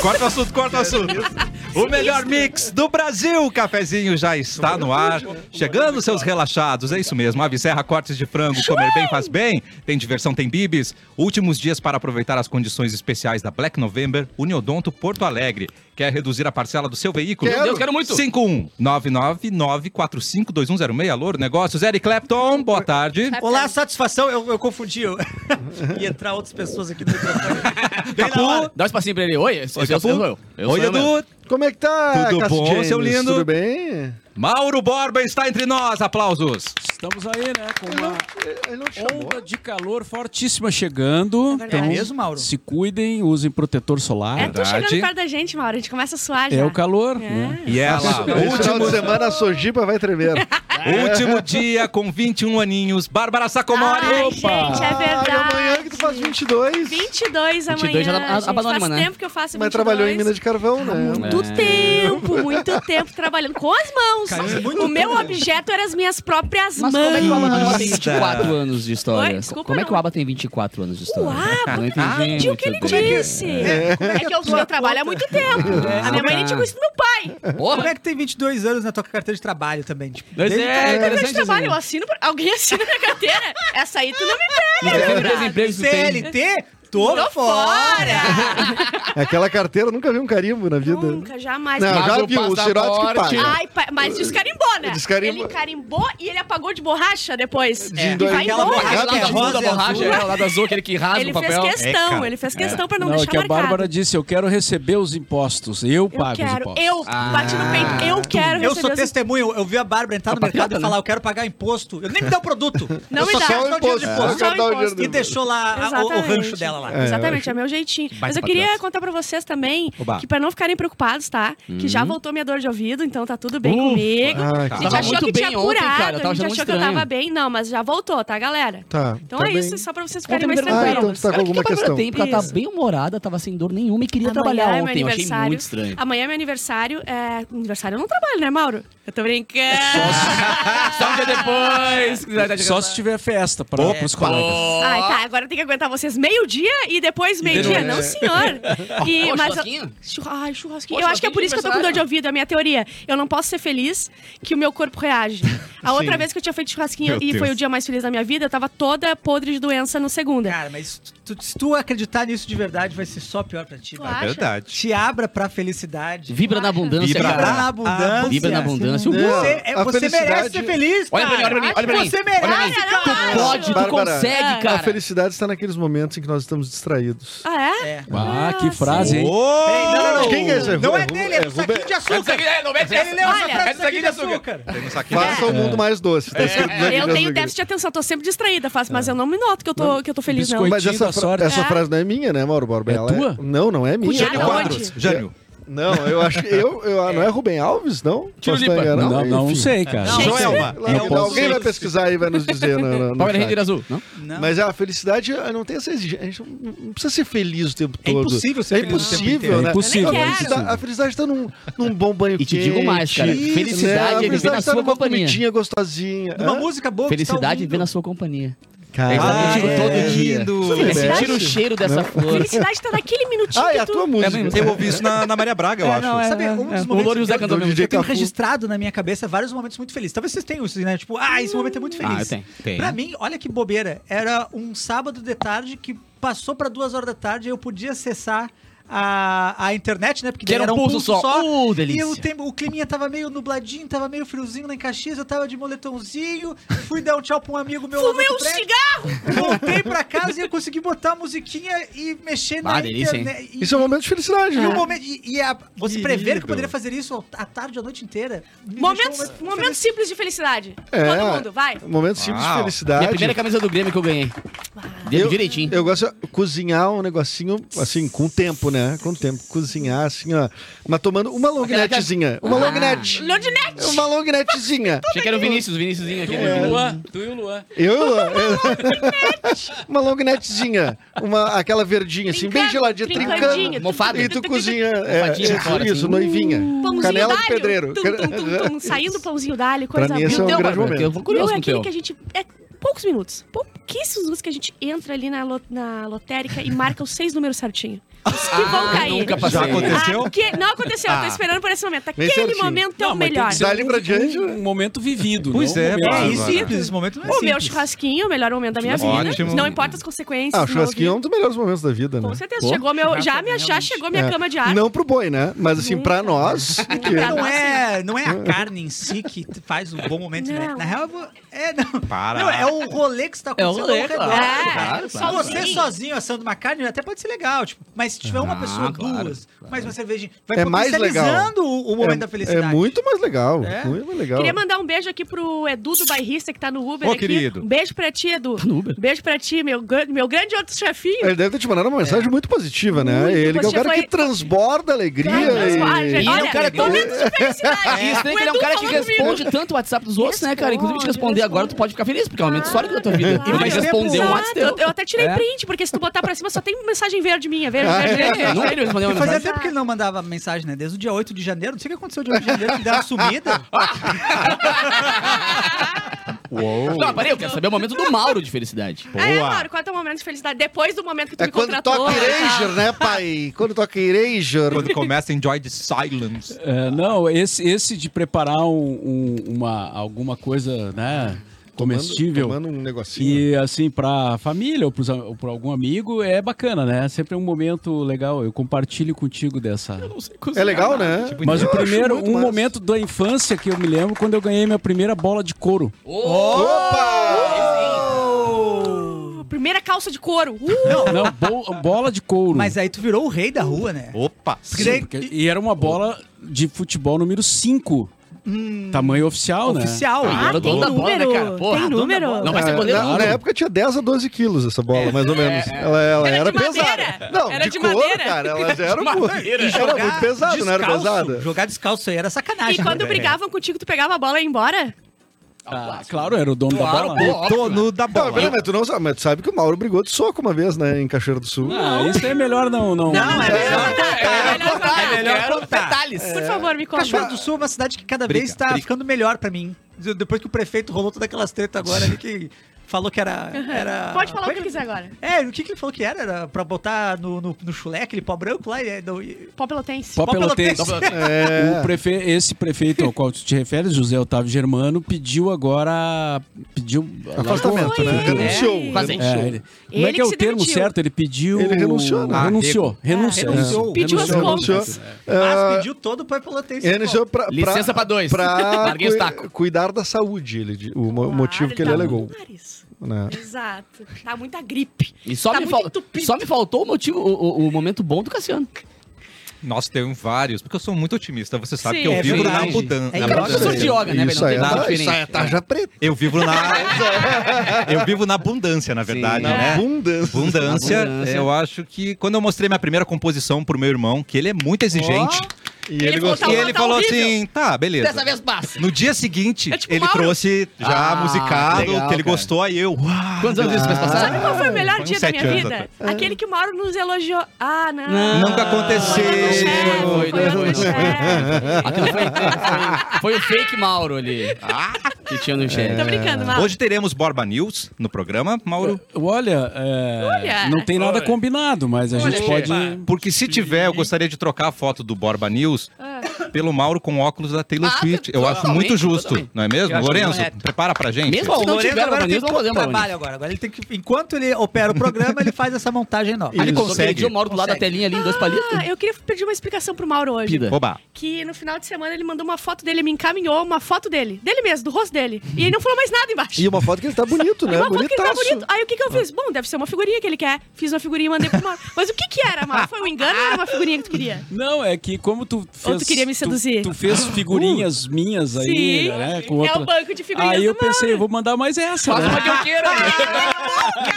Corta o assunto, corta o assunto. O melhor mix do Brasil, o cafezinho já está no ar, chegando seus relaxados, é isso mesmo. Ave Serra cortes de frango, comer bem faz bem, tem diversão, tem bibis. Últimos dias para aproveitar as condições especiais da Black November, Uniodonto Porto Alegre. Quer reduzir a parcela do seu veículo? Quero. Meu Deus, quero muito. 51999452106, Louro Negócios. Eric Clapton, boa tarde. Tá Olá, satisfação. Eu, eu confundi. Eu... Ia entrar outras pessoas aqui no microfone. Bem na Capu, hora. Dá um espacinho pra ele. Oi, eu, sou- Oi, eu, sou- eu sou eu. Capu. Eu Oi, sou eu mesmo. Edu. Como é que tá, Tudo Cassi bom, James? seu lindo? Tudo bem? Mauro Borba está entre nós, aplausos. Estamos aí, né? Com uma Ele não te chamou. onda de calor fortíssima chegando. É É Então, mesmo, Mauro? Se cuidem, usem protetor É solar. tu Verdade. chegando perto da gente, Mauro. A gente começa a suar É, já. o calor, É. né? E ela, Esse final de último, semana a Sojipa vai tremer. É último dia com 21 aninhos, Bárbara Sacomori. Ai, gente, é Ah, verdade. e amanhã que tu faz 22. 22 amanhã. 22 é a- a- a gente. Banônima, Faz né? tempo que eu faço 22. Mas trabalhou em mina de carvão, né? Muito tempo, muito tempo trabalhando com as mãos. o meu objeto eram as minhas próprias Mas como é que o mãos. Aba tem Isso. 24 anos de história? Oi, desculpa, como é que o não. Aba tem 24 anos de história? Ah, O Aba, não entendi Entendi o muito que ele bem. disse. É, que eu, eu trabalho há muito tempo. É, a minha mãe tá. nem tinha isso do meu pai. Como Porra! é que tem 22 anos na tua carteira de trabalho também? Tipo, Pois desde é, que- Eu interessante de trabalho, eu isso assino. pra- Alguém assina minha carteira. Essa aí tu não me Não pega, tem meu quantos brother. empregos tu tem? CLT? Tô, fora! Tô fora! É Aquela carteira nunca vi um carimbo na vida. Nunca, jamais. Não, Mas já o viu, o Sirotes que passaporte- Ah, paga. Ai, pa- mas descarimbou, né? Descarimbou. Ele carimbou e ele apagou de borracha depois. De É. E dois- vai Aquela embora. borracha Aquele lá que é do fundo da rosa e borracha, azul. aquele lá do azul, aquele que rasga Ele o fez papel. questão, cara. ele fez questão pra não, Não, é deixar que a marcado. Bárbara disse, eu quero receber os impostos. Eu, eu pago os quero, impostos. eu bati no peito, eu quero Eu receber sou os- testemunho, eu- eu vi a Bárbara entrar no mercado e falar, eu quero pagar imposto. Eu nem me dá o produto. Não eu me só dá. quero Só o dinheiro imposto. de Só imposto. o Quero dar o dinheiro imposto. E deixou lá a- o, o Exatamente. rancho dela lá. Exatamente, é meu jeitinho. Mas eu queria contar pra vocês também Oba. que pra não ficarem preocupados, tá? Que já voltou minha dor de ouvido, então tá tudo bem Ufa. comigo. Ah, A que gente Tava achou muito que tinha bem ontem, curado, cara, eu tava a gente achando achou que eu estranho. tava bem. Não, mas já voltou, tá, galera? Tá, Então tá é bem. isso, só pra vocês Ontem ficarem mais me perguntaram, Ah, então tranquilos. tu tá com Cara, o que alguma a Bárbara questão. tem? Porque ela tá Isso. bem humorada, tava sem dor nenhuma e queria Amanhã trabalhar é meu ontem. Eu achei aniversário. muito estranho. Amanhã é meu aniversário. É... Aniversário eu não trabalho, né, Mauro? Eu tô brincando. Só um dia depois! que vai estar de Só se tiver festa para Opa. os colegas. Ai, tá. Agora tem que aguentar vocês meio-dia e depois meio-dia. né? Não, senhor. E, Ô, mas- churrasquinho? Churra- Ai, churrasquinho. Ô, eu acho que é churrasquinho por de isso que eu tô com dor de aniversário. ouvido, é a minha teoria. Eu não posso ser feliz que o meu corpo reage. A outra vez que eu tinha feito churrasquinho Meu e foi Deus. o dia mais feliz da minha vida, eu tava toda podre de doença no segunda. Cara, mas tu- tu- se tu acreditar nisso de verdade, vai ser só pior pra ti. Tu Bárbara. acha? Verdade. Te abra pra felicidade. Vibra na abundância, Vibra Vibra cara. na abundância. Vibra na abundância. Não, Você, é- a você merece felicidade- ser feliz, Olha pra mim, cara. olha pra mim, olha pra mim. Você Olha pra merece, mim. cara. Tu pode, tu Bárbara. consegue, A cara. felicidade está naqueles momentos em que nós estamos distraídos. Ah, é? É. Ah, Ah, que sim. frase, hein? Ei, não, não, não. Quem é esse? É Não é Ruben? dele, é do É saquinho Ruben. de açúcar. Ele leu Olha, é essa frase do do saquinho de açúcar. Faça o mundo mais doce. Tá escrito no É. Eu Jack tenho Jack. déficit de atenção, tô sempre distraída, faço, mas eu não me noto que eu tô, que eu tô feliz, não. Biscoito. Mas essa, da sorte. essa É. frase não é minha, né, Mauro Borba? É Ela tua? Não, não é minha. Cunhada, Não, Quadros. Jânio. Não, eu acho que. Eu, eu, Não é Rubem Alves, não? Tiro Posso estar limpa. enganado? Não, não, Enfim. sei, cara. Não, então Joel, Joelma. Lá, Eu não alguém sei. vai pesquisar e vai nos dizer. No, no- no Power chat. Ranger azul, não? Não. Mas a felicidade, eu não tenho essa exigência. A gente não- não precisa ser feliz o tempo É todo. impossível ser É feliz o tempo impossível, inteiro. né? É impossível, A é felicidade, impossível. a felicidade tá num, num bom banho E te digo mais, cara, quente, felicidade, né? A ele vem na felicidade tá sua numa companhia. comidinha gostosinha. Numa Hã? música boa que tu tá Felicidade ouvindo. vê na sua companhia. Cara, É exatamente é. todo dia. Lindo. É sentir Felicidade? o cheiro dessa flor. Felicidade tá naquele minutinho Ah, é que a tu... tua música. Eu ouvi isso na, na Maria Braga, É, eu acho. Sabe, O um dos Louro e o momentos Zé que eu- cantam ao mesmo DJ Eu tenho Cafu. registrado na minha cabeça vários momentos muito felizes. Talvez vocês tenham isso, né? Tipo, ah, esse momento é muito feliz. Ah, eu tenho. Tem. Pra mim, olha que bobeira. Era um sábado de tarde que passou pra duas horas da tarde e eu podia acessar a, a internet, né? Porque Que era um pulso só. Uh, delícia. E o, tempo, o climinha tava meio nubladinho, tava meio friozinho lá em Caxias, eu tava de moletomzinho, fui dar um tchau pra um amigo meu lá no Fumei outro um prédio, cigarro! voltei pra casa e eu consegui botar a musiquinha e mexer Ah, na delícia, hein? internet. E- Isso é um momento de felicidade, e, o viu? momento- e- e a- você Querido. prever que eu poderia fazer isso à tarde, a noite inteira. me Momentos, deixou muito momentos feliz. simples de felicidade. É. Todo mundo, vai. Um momento simples de Uau. felicidade. Minha primeira camisa do Grêmio que eu ganhei. Deu direitinho. Eu gosto de cozinhar um negocinho, assim, com tempo, né? Com tempo. Cozinhar, assim, ó. Mas tomando uma é longnetezinha. assim. Uma Ah. longnet. Leonidete! Uma longnetezinha. Achei que era o Vinícius, o Viníciusinho aqui. Tu e o Luan, tu e o Luan. Eu, eu- uma longnetezinha. Uma, aquela verdinha, assim, bem Trincando, geladinha, trincadinho, trincando. Mofado. E tu cozinha. É, Mofadinha isso, fora, assim. isso, noivinha. Pãozinho Canela d'alho. do pedreiro. Tum, tum, tum, tum. Saindo o pãozinho d'alho, Pra coisa mim, esse E é o um teu, grande Bárbara? momento. Que Então, Eu vou Meu, curioso é com o então. aquele teu. que a gente... É poucos minutos. Pouquíssimos minutos que a gente entra ali na, lo- na lotérica e marca os seis números certinho. Os que vão cair. Ah, nunca passei. Já aconteceu? Aque- Não aconteceu, eu tô esperando por esse momento. Aquele certinho. momento é o mas tem melhor. que ser Dali pra diante, Um, um momento vivido. Pois não um é, momento- Bárbara. É simples, esse momento não é O meu simples. churrasquinho, o melhor momento da minha Ótimo. vida. Não importa as consequências. Ah, o não churrasquinho é ouvi. um dos melhores momentos da vida, né? Com certeza. Chegou meu, já, me, um já chegou minha É. cama de ar. Não pro boi, né? Mas assim, pra nós. que- pra Não é, não é a carne em si que t- faz um bom momento. né? Não. Na real, eu vou- é, não. Para. Não, é o rolê que está É o acontecendo rolê, ao redor. claro, cara. claro, Só claro. você sozinho assando uma carne até pode ser legal, tipo, mas se tiver uma pessoa, claro, duas, mais uma cerveja, vai É mais legal. potencializando o, o momento da é, é felicidade. muito mais legal. É? Muito mais Então- legal. Queria mandar um beijo aqui pro Edu do bairrista que tá no Uber Ô, aqui. querido. Um beijo pra ti, Edu. Tá no Uber? Beijo pra ti, meu, gran- meu grande outro chefinho. Ele deve ter te mandado uma mensagem muito positiva, né? É. ele Muito que é um positiva, cara que foi- transborda alegria. Ai, Deus, e- ai, gente, E ele é um olha, cara que- momentos de felicidade. E isso tem que ele é um Edu cara que falando comigo. responde tanto o WhatsApp dos outros, né, cara? Inclusive, te responder Responde, agora, tu pode ficar feliz, porque é um momento histórico da tua vida. E E vai faz tempo. responder um Exato, eu, WhatsApp. eu até tirei É. print, porque se tu botar pra cima só tem mensagem verde minha, verde, verde, verde. É, verde. não é ele responder uma E fazia mensagem. tempo que ele não mandava mensagem, né? Desde o dia 8 de janeiro, não sei o que aconteceu dia 8 de janeiro, que deram uma sumida. Não, peraí, eu quero saber o momento do Mauro de felicidade. Ah, é, Mauro, qual é o teu momento de felicidade? Depois do momento que tu É me quando contratou. toca e tal. Erasure, né, pai? Quando toca Erasure. Quando começa Enjoy the Silence. É, não, esse, esse de preparar um- um- uma, alguma coisa, né? Comestível. Tomando um negocinho. E assim, pra família ou, pros, a- ou pra algum amigo, é bacana, né? Sempre é um momento legal. Eu compartilho contigo dessa. É legal, né? Mas o Eu acho primeiro, muito um massa. momento da infância que eu me lembro quando eu ganhei minha primeira bola de couro. Pô, tá? Primeira calça de couro. Uh, Não, bo- bola de couro. Mas é aí tu virou o rei da rua, né? Opa! Sim, daí- porque- e era uma bola de futebol número 5. Tamanho oficial, né? Hum. Oficial. Ah, Ah, era o dono tem da bola, né, cara? número, Porra, tem dono da número. bola. Não vai Ah, ser goleiro, na, na não. época tinha 10 a 12 quilos essa bola, mais ou menos. Ela, ela É, Era era, de madeira. pesada. Não, Era de, de couro, madeira. cara. Ela já era, muito- madeira. era muito pesado, não era descalço, pesada? Jogar descalço aí Ah, era E sacanagem. quando né? brigavam contigo, tu pegava a bola e ia embora? Ah, claro, era o dono da Claro, bola. pô, né? óbvio, né? Dono da Não, bola. peraí, mas tu não sabe, mas tu sabe que o Mauro brigou de soco uma vez, né, em Cachoeira do Sul. Ah, isso aí é melhor não. Não, Não, é melhor Tá, tá, é melhor contar. É melhor Quero contar. É. detalhes. Por favor, me conta. Cachoeira do Sul é uma cidade que cada Briga, vez está briga. ficando melhor pra mim. De- Depois que o prefeito rolou todas aquelas tretas agora ali que falou que era. era... Pode falar o Como é que quiser agora. É, o que, que ele falou que era? Era pra botar no, no, no chulé, aquele pó branco lá? E, não, e... Pó pelotense. Pó Pó Pelotense. Pelotense. É. O prefe... Esse prefeito ao qual tu te referes, José Otávio Germano, pediu agora. Pediu. Afastamento, né? Foi ele. Renunciou. É. renunciou. É, ele... Como Ele é que que é o se termo demitiu. certo? Ele pediu. Ele renunciou, né? Renunciou. renunciou. É, Ah, renunciou. Pediu as Renunciou. contas. Renunciou. Mas Ah, pediu todo o pó pelotense. Ele renunciou pra, pra- Licença pra dois. Pra Larguei os cui- tacos. cuidar da saúde, ele, di- o mo- Claro, motivo que ele tá alegou. muito nariz. né? Exato. Tá muita gripe. E só, Tá me muito fal- entupido. só me faltou o motivo, o, o- o momento bom do Cassiano. Nossa, tem vários, porque eu sou muito otimista. Você sabe Sim, que eu é vivo verdade. na mudança. É na engraçado. mudança. Professor de yoga, né, velho? Isso Não aí tem é, nada tá- isso diferente. aí é tarja preta. Eu vivo na. eu vivo na abundância, na verdade, na é? né? Abundância. Abundância, Abundância. eu acho que quando eu mostrei minha primeira composição pro meu irmão, que ele é muito exigente, E Ele ele falou, e gostou. Tá bom, ele tá falou horrível. assim: tá, beleza. Dessa vez passa. No dia seguinte, É tipo ele Mauro. trouxe já Ah, musicado, legal, que ele cara. gostou, aí eu. uau, Quantos anos isso fez Ah. Sabe passar? qual foi o melhor Foi uns dia da minha sete anos vida? Aquele que o Mauro nos elogiou. Ah, não. Nunca aconteceu. Foi outro Foi, chefe, foi outro foi, foi. chefe. Aquilo foi, foi- foi o fake Mauro ali. Que tinha no chat. É. Tô brincando, Mauro. Hoje teremos Borba News no programa, Mauro. Olha, é, Olha. não tem nada combinado, mas a gente pode. Porque se tiver, eu gostaria de trocar a foto do Borba News Ah. pelo Mauro com óculos da Taylor Ah, Swift. Eu acho totalmente, muito justo, totalmente. não é mesmo? Eu acho Lourenço, correto. prepara pra gente. Mesmo se O não Lourenzo tiver agora Barbanismo, tem vamos fazer pouco um Barbanismo. trabalho agora. Agora ele tem que... Enquanto ele opera o programa, ele faz essa montagem nova. Ele consegue. consegue. Ele o Mauro do lado da Consegue. telinha ali em dois palitos. Ah, eu queria pedir uma explicação pro Mauro hoje. Pida. Oba. Que no final de semana ele mandou uma foto dele, me encaminhou uma foto dele, dele mesmo, do rosto dele. E ele não falou mais nada embaixo. E uma foto que ele tá bonito, né? Uma foto que ele tá Bonitaço. bonito. Aí o que, que eu fiz? Bom, deve ser uma figurinha que ele quer. Fiz uma figurinha e mandei pro Mauro. Mas o que que era, Mauro? Foi um engano ou era uma figurinha que tu queria? Não, é que como tu fez. tu queria me seduzir? Tu, tu fez figurinhas Uh. minhas aí, Sim. né? Com É outra... o banco de figurinhas Aí eu do Mauro. pensei, vou mandar mais essa. Faz Né? uma que eu queira. Ah,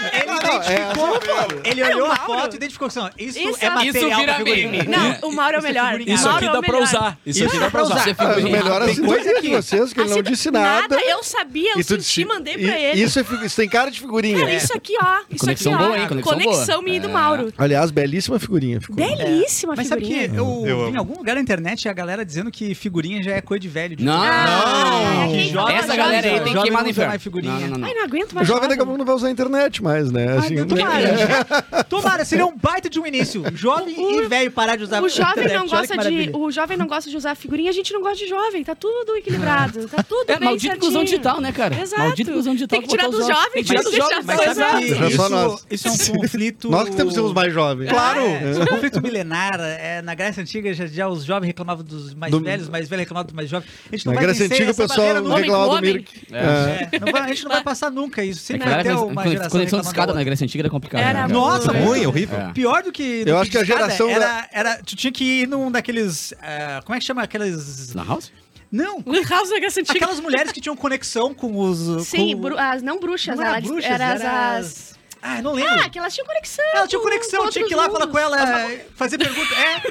Ele É, identificou, ele olhou a foto e identificou assim, ó, isso, Isso é é- material É Isso vira pra figurinha. meme. Não, o Mauro é o melhor. Isso Mauro aqui é o dá pra melhor. usar. Isso aqui dá dá pra usar. usar. Mas o melhor é a Tem coisa sintonia de aqui. vocês, que ele Assim, não disse nada. Eu sabia, eu E tu senti, disse- mandei e- pra ele. Isso, é figu- isso tem cara de figurinha. Cara, isso aqui, ó. Isso Conexão aqui, ó. boa, hein? Conexão boa. minha e do Mauro. Aliás, belíssima figurinha. ficou. Belíssima Mas sabe que figurinha. eu, Eu vi em amo. algum lugar na internet a galera dizendo que figurinha já é coisa de velho. de- Não. Ah, Que quem Não. joga, Essa joga, galera aí tem joga. que queimar Jovem no não usa inferno. mais figurinha. Não, não, não. Ai, não aguento O mais. jovem jovem. daqui a pouco não vai usar a internet mais, né? Ai, Assim, não, tomara. Tomara, seria um baita de um início. Jovem e velho parar de usar O jovem, internet, não olha gosta que de, maravilha. o jovem não gosta de usar figurinha, a gente não gosta de jovem. Tá tudo equilibrado. Tá tudo É bem maldito inclusão certinho. digital, né, cara? Exato. Maldito inclusão digital. Tem que tirar botar os dos jovens, Tem que tirar mas dos jovens. Mas deixar só sabe, exato. Não é só nós. isso, isso é um conflito... Nós que temos que ser os mais jovens. Claro! É, isso é um conflito milenar. É, na Grécia Antiga, já, já os jovens reclamavam dos mais Do- velhos, os mais velhos reclamavam dos mais jovens. A gente não Na vai Grécia vencer Antiga o essa pessoal barreira nunca. homem reclamava com do homem. Mirk. É. É. É, não vai- a gente não vai passar nunca isso. É Sempre que vai era ter uma conexão- geração conexão de reclamando da escada na outra. Grécia Antiga era complicado. né, Era cara? muito Nossa, Ruim, horrível. É. Pior do que. do Eu acho que a discada, geração Era, da- era- tu tinha que ir num daqueles. ah, como é que chama? Aquelas. Na house? Não! Lan House da Grécia Antiga. Aquelas mulheres que tinham conexão com os. Sim, com... bru- as não bruxas. Não era ela diz- bruxas, era era as... Ah, não lembro. Ah, que elas tinham conexão. Ela tinha com- conexão, com tinha que ir outros lá falar com mundos. ela, fazer pergunta. É!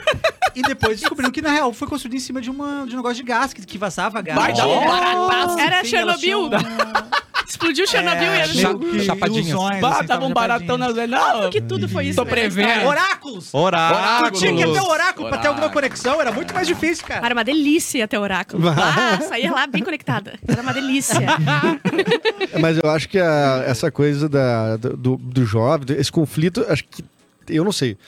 E depois descobriu que, na real, foi construído em cima de, uma, de um negócio de gás que, que vazava gás. Baita barato. Era Sim, elas Chernobyl. tinham- Explodiu É, Chernobyl e era... meio Claro que chapadinhas. é, ilusões, Bah, assim, tava um tavam baratão chapadinhas. na velha. Não, tá? que tudo foi isso. Tô né? É. prevendo. Oráculos! Oráculo! Tu tinha que ir até o oráculo pra ter alguma Oráculo. conexão, era muito mais difícil, cara. Era uma delícia ter oráculo. Ah, saía lá bem conectada. Era uma delícia. É, Mas eu acho que a- essa coisa da, do- do, do jovem, do- esse conflito, acho que. Eu não sei.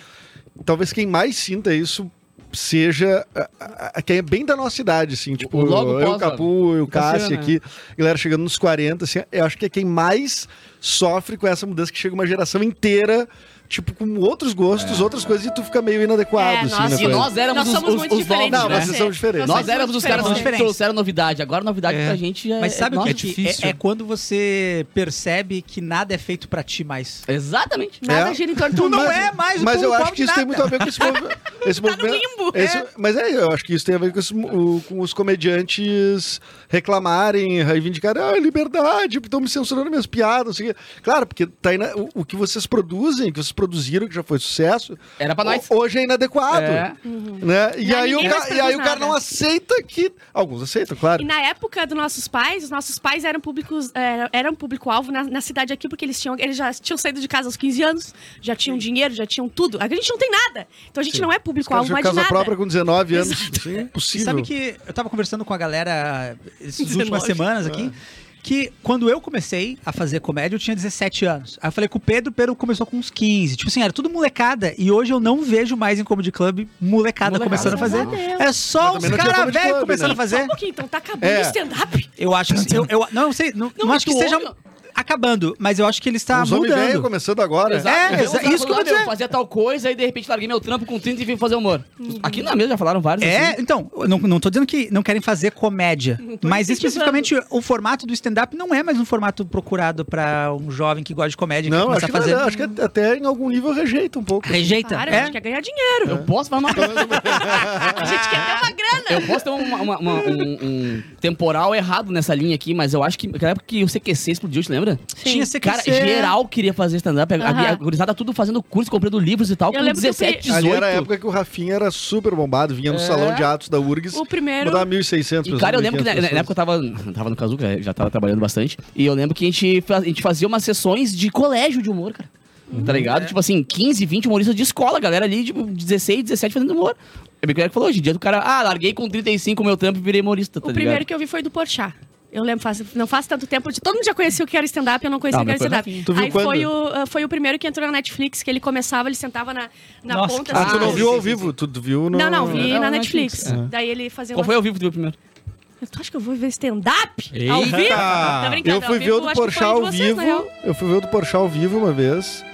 Talvez quem mais sinta isso seja a- a- a- quem é bem da nossa idade, assim, tipo, logo eu, pós- o Capu, eu, o Cássio Cassiano, né? aqui, galera chegando nos 40, assim, eu acho que é quem mais sofre com essa mudança, que chega uma geração inteira, tipo, com outros É. gostos, outras coisas, e tu fica meio inadequado, assim, nós- né, É, e E coisa. nós éramos Nós os, somos os, muito os novos, diferentes. Não, né? mas vocês são diferentes. Nós éramos os caras somos que diferentes. trouxeram novidade. Agora a novidade É. pra gente é. Mas sabe o nossa. que é, é difícil. É, quando você percebe que nada é feito pra ti mais. Exatamente. Nada É. gira em torno de Tu um não mundo. é mais o Mas eu público-alvo acho que de isso tem nada. muito a ver com esse, mov... esse movimento. Tá limbo. esse- É. Mas é, eu acho que isso tem a ver com, esse mo- o- com os comediantes reclamarem, reivindicarem, ah, liberdade, estão me censurando minhas piadas. Assim. Claro, porque tá ina- o, o que vocês produzem, que vocês produziram, que já foi sucesso, Era pra nós. ho- hoje é inadequado. É. Né? E, Não, aí o ninguém ca- mais e aí produz o cara nada. não aceita que. Alguns aceitam, claro. E na época dos nossos pais, os nossos pais eram públicos, era- eram público-alvo na, na cidade aqui, porque eles tinham. Eles já tinham saído de casa aos 15 anos, já tinham dinheiro, já tinham tudo. A gente não tem nada. Então a gente não Os é caras público-alvo tinham mais de casa nada. própria com 19 anos. Assim, E impossível. sabe que eu tava conversando com a galera essas 19. últimas semanas aqui, que quando eu comecei a fazer comédia, eu tinha 17 anos. Aí eu falei com o Pedro, o Pedro começou com uns 15. Tipo assim, era tudo molecada. E hoje eu não vejo mais em Comedy Club Molecada, molecada, começando a fazer. graças a Deus. É só Mas também os não tinha caras Comedy velhos Club, começando né? a Só um fazer. pouquinho, então tá acabando É. o stand-up. Eu acho que. Eu, eu- não, eu sei, não, Não, não mas acho que tu esteja olha- acabando, mas eu acho que ele está tá Os homens velhos mudando. começando agora. É, Então, exa- os caras isso que eu falam, tô "Ah, dizendo." fazia tal coisa e de repente larguei meu trampo com 30 e vim fazer humor. Aqui na mesa já falaram vários. assim. É, então, eu não, não tô dizendo que não querem fazer comédia, tô mas incentivando. especificamente o formato do stand-up não é mais um formato procurado pra um jovem que gosta de comédia que Não, é começa acho a que, fazer. não, acho que até em algum nível rejeita um pouco. Rejeita. Para, a é. gente quer ganhar dinheiro. Eu posso fazer uma coisa. É. A gente quer Ah. ter uma grana. Eu posso ter uma- uma- uma- um, um temporal errado nessa linha aqui, mas eu acho que naquela época que o CQC explodiu, te lembra? Tinha CQC. Cara, é. geral queria fazer stand-up. A, a, Aham. a gurizada tudo fazendo curso, comprando livros e tal, Eu com lembro que eu 17, fui- 18. Ali era a época que o Rafinha era super bombado, vinha no salão de atos da URGS. O primeiro. Mandava 1.600 E, pessoas. cara, eu lembro que na, 1.500 na época eu tava, tava no Kazuca, já tava trabalhando bastante. E eu lembro que a gente, fa- a gente fazia umas sessões de colégio de humor, cara. Tá ligado? É. Tipo assim, 15, 20 humoristas de escola, galera ali, tipo, 16, 17 fazendo humor. Eu me que falou, hoje em dia do cara, ah, larguei com 35 o meu trampo e virei humorista, tá O ligado? primeiro que eu vi foi do Porchat. Eu lembro, faz- não faz tanto tempo. de- Todo mundo já conhecia o que era stand-up, eu não conhecia Ah, o que era mas foi stand-up. Tu viu Aí quando? foi o, ah, foi o primeiro que entrou na Netflix, que ele começava, ele sentava na, na Nossa, ponta. que- Ah, tu não assim. viu ao vivo, tu viu no... Não, não, vi Não, na na Netflix. é. Netflix. Daí ele fazia Qual uma... foi ao vivo que tu viu primeiro? Tu acha que eu vou ver stand-up? Ao Eita! vivo? Tá brincando, Eu fui ao ver o vivo, do acho que Porchat foi um ao de vocês, vivo, na real. eu fui ver o do Porchat ao vivo uma vez,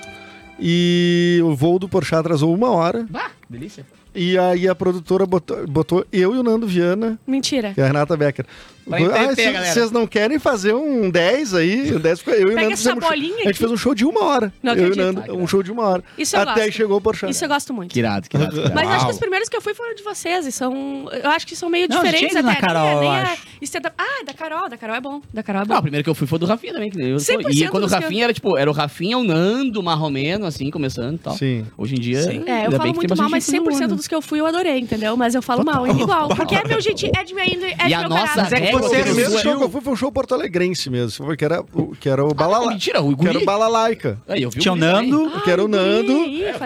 e o voo do Porchat atrasou uma hora, Bah, delícia. e aí a produtora botou, botou eu e o Nando Viana, Mentira. e é a Renata Becker. Ah, Pra entreter, cê- galera." vocês não querem fazer um 10 aí? O 10 foi eu e o Pega Nando essa fizemos um show- bolinha A gente aqui. fez um show de uma hora. Não eu e o acredito. Nando, um show de uma hora. Isso eu Até aí gosto. chegou o Porchat. Isso é um eu gosto muito. Que irado, que irado. que irado. Mas acho Uau. que os primeiros que eu fui foram de vocês. E são, eu acho que são meio Não, a gente diferentes ainda na até. Nem é- Carol, eu nem é acho. stand-up. Ah, da Carol. Da Carol é bom. Da Carol é Não, o bom. primeiro que eu fui foi do Rafinha também. Que nem eu tô. 100% e quando o dos que eu- Rafinha era, tipo, era o Rafinha, o Nando, o Marromeno, assim, começando e tal. Sim. Hoje em dia. Sim. É, eu ainda bem que falo muito tem bastante mal, mas gente fazendo humor, 100% né? dos que eu fui eu adorei, entendeu? Mas eu falo mal, igual. Porque é meu jeitinho, é de minha índole, é E de a meu nossa caráter. Mas é que regra o você primeiro assistiu. show que eu fui foi um show porto-alegrense mesmo, foi que era, o- que Ah, era o Balala... Ah, mentira, o que era o Guri. Balalaica. Aí, eu vi o Tinha o Guri também. Nando. que era o Nando,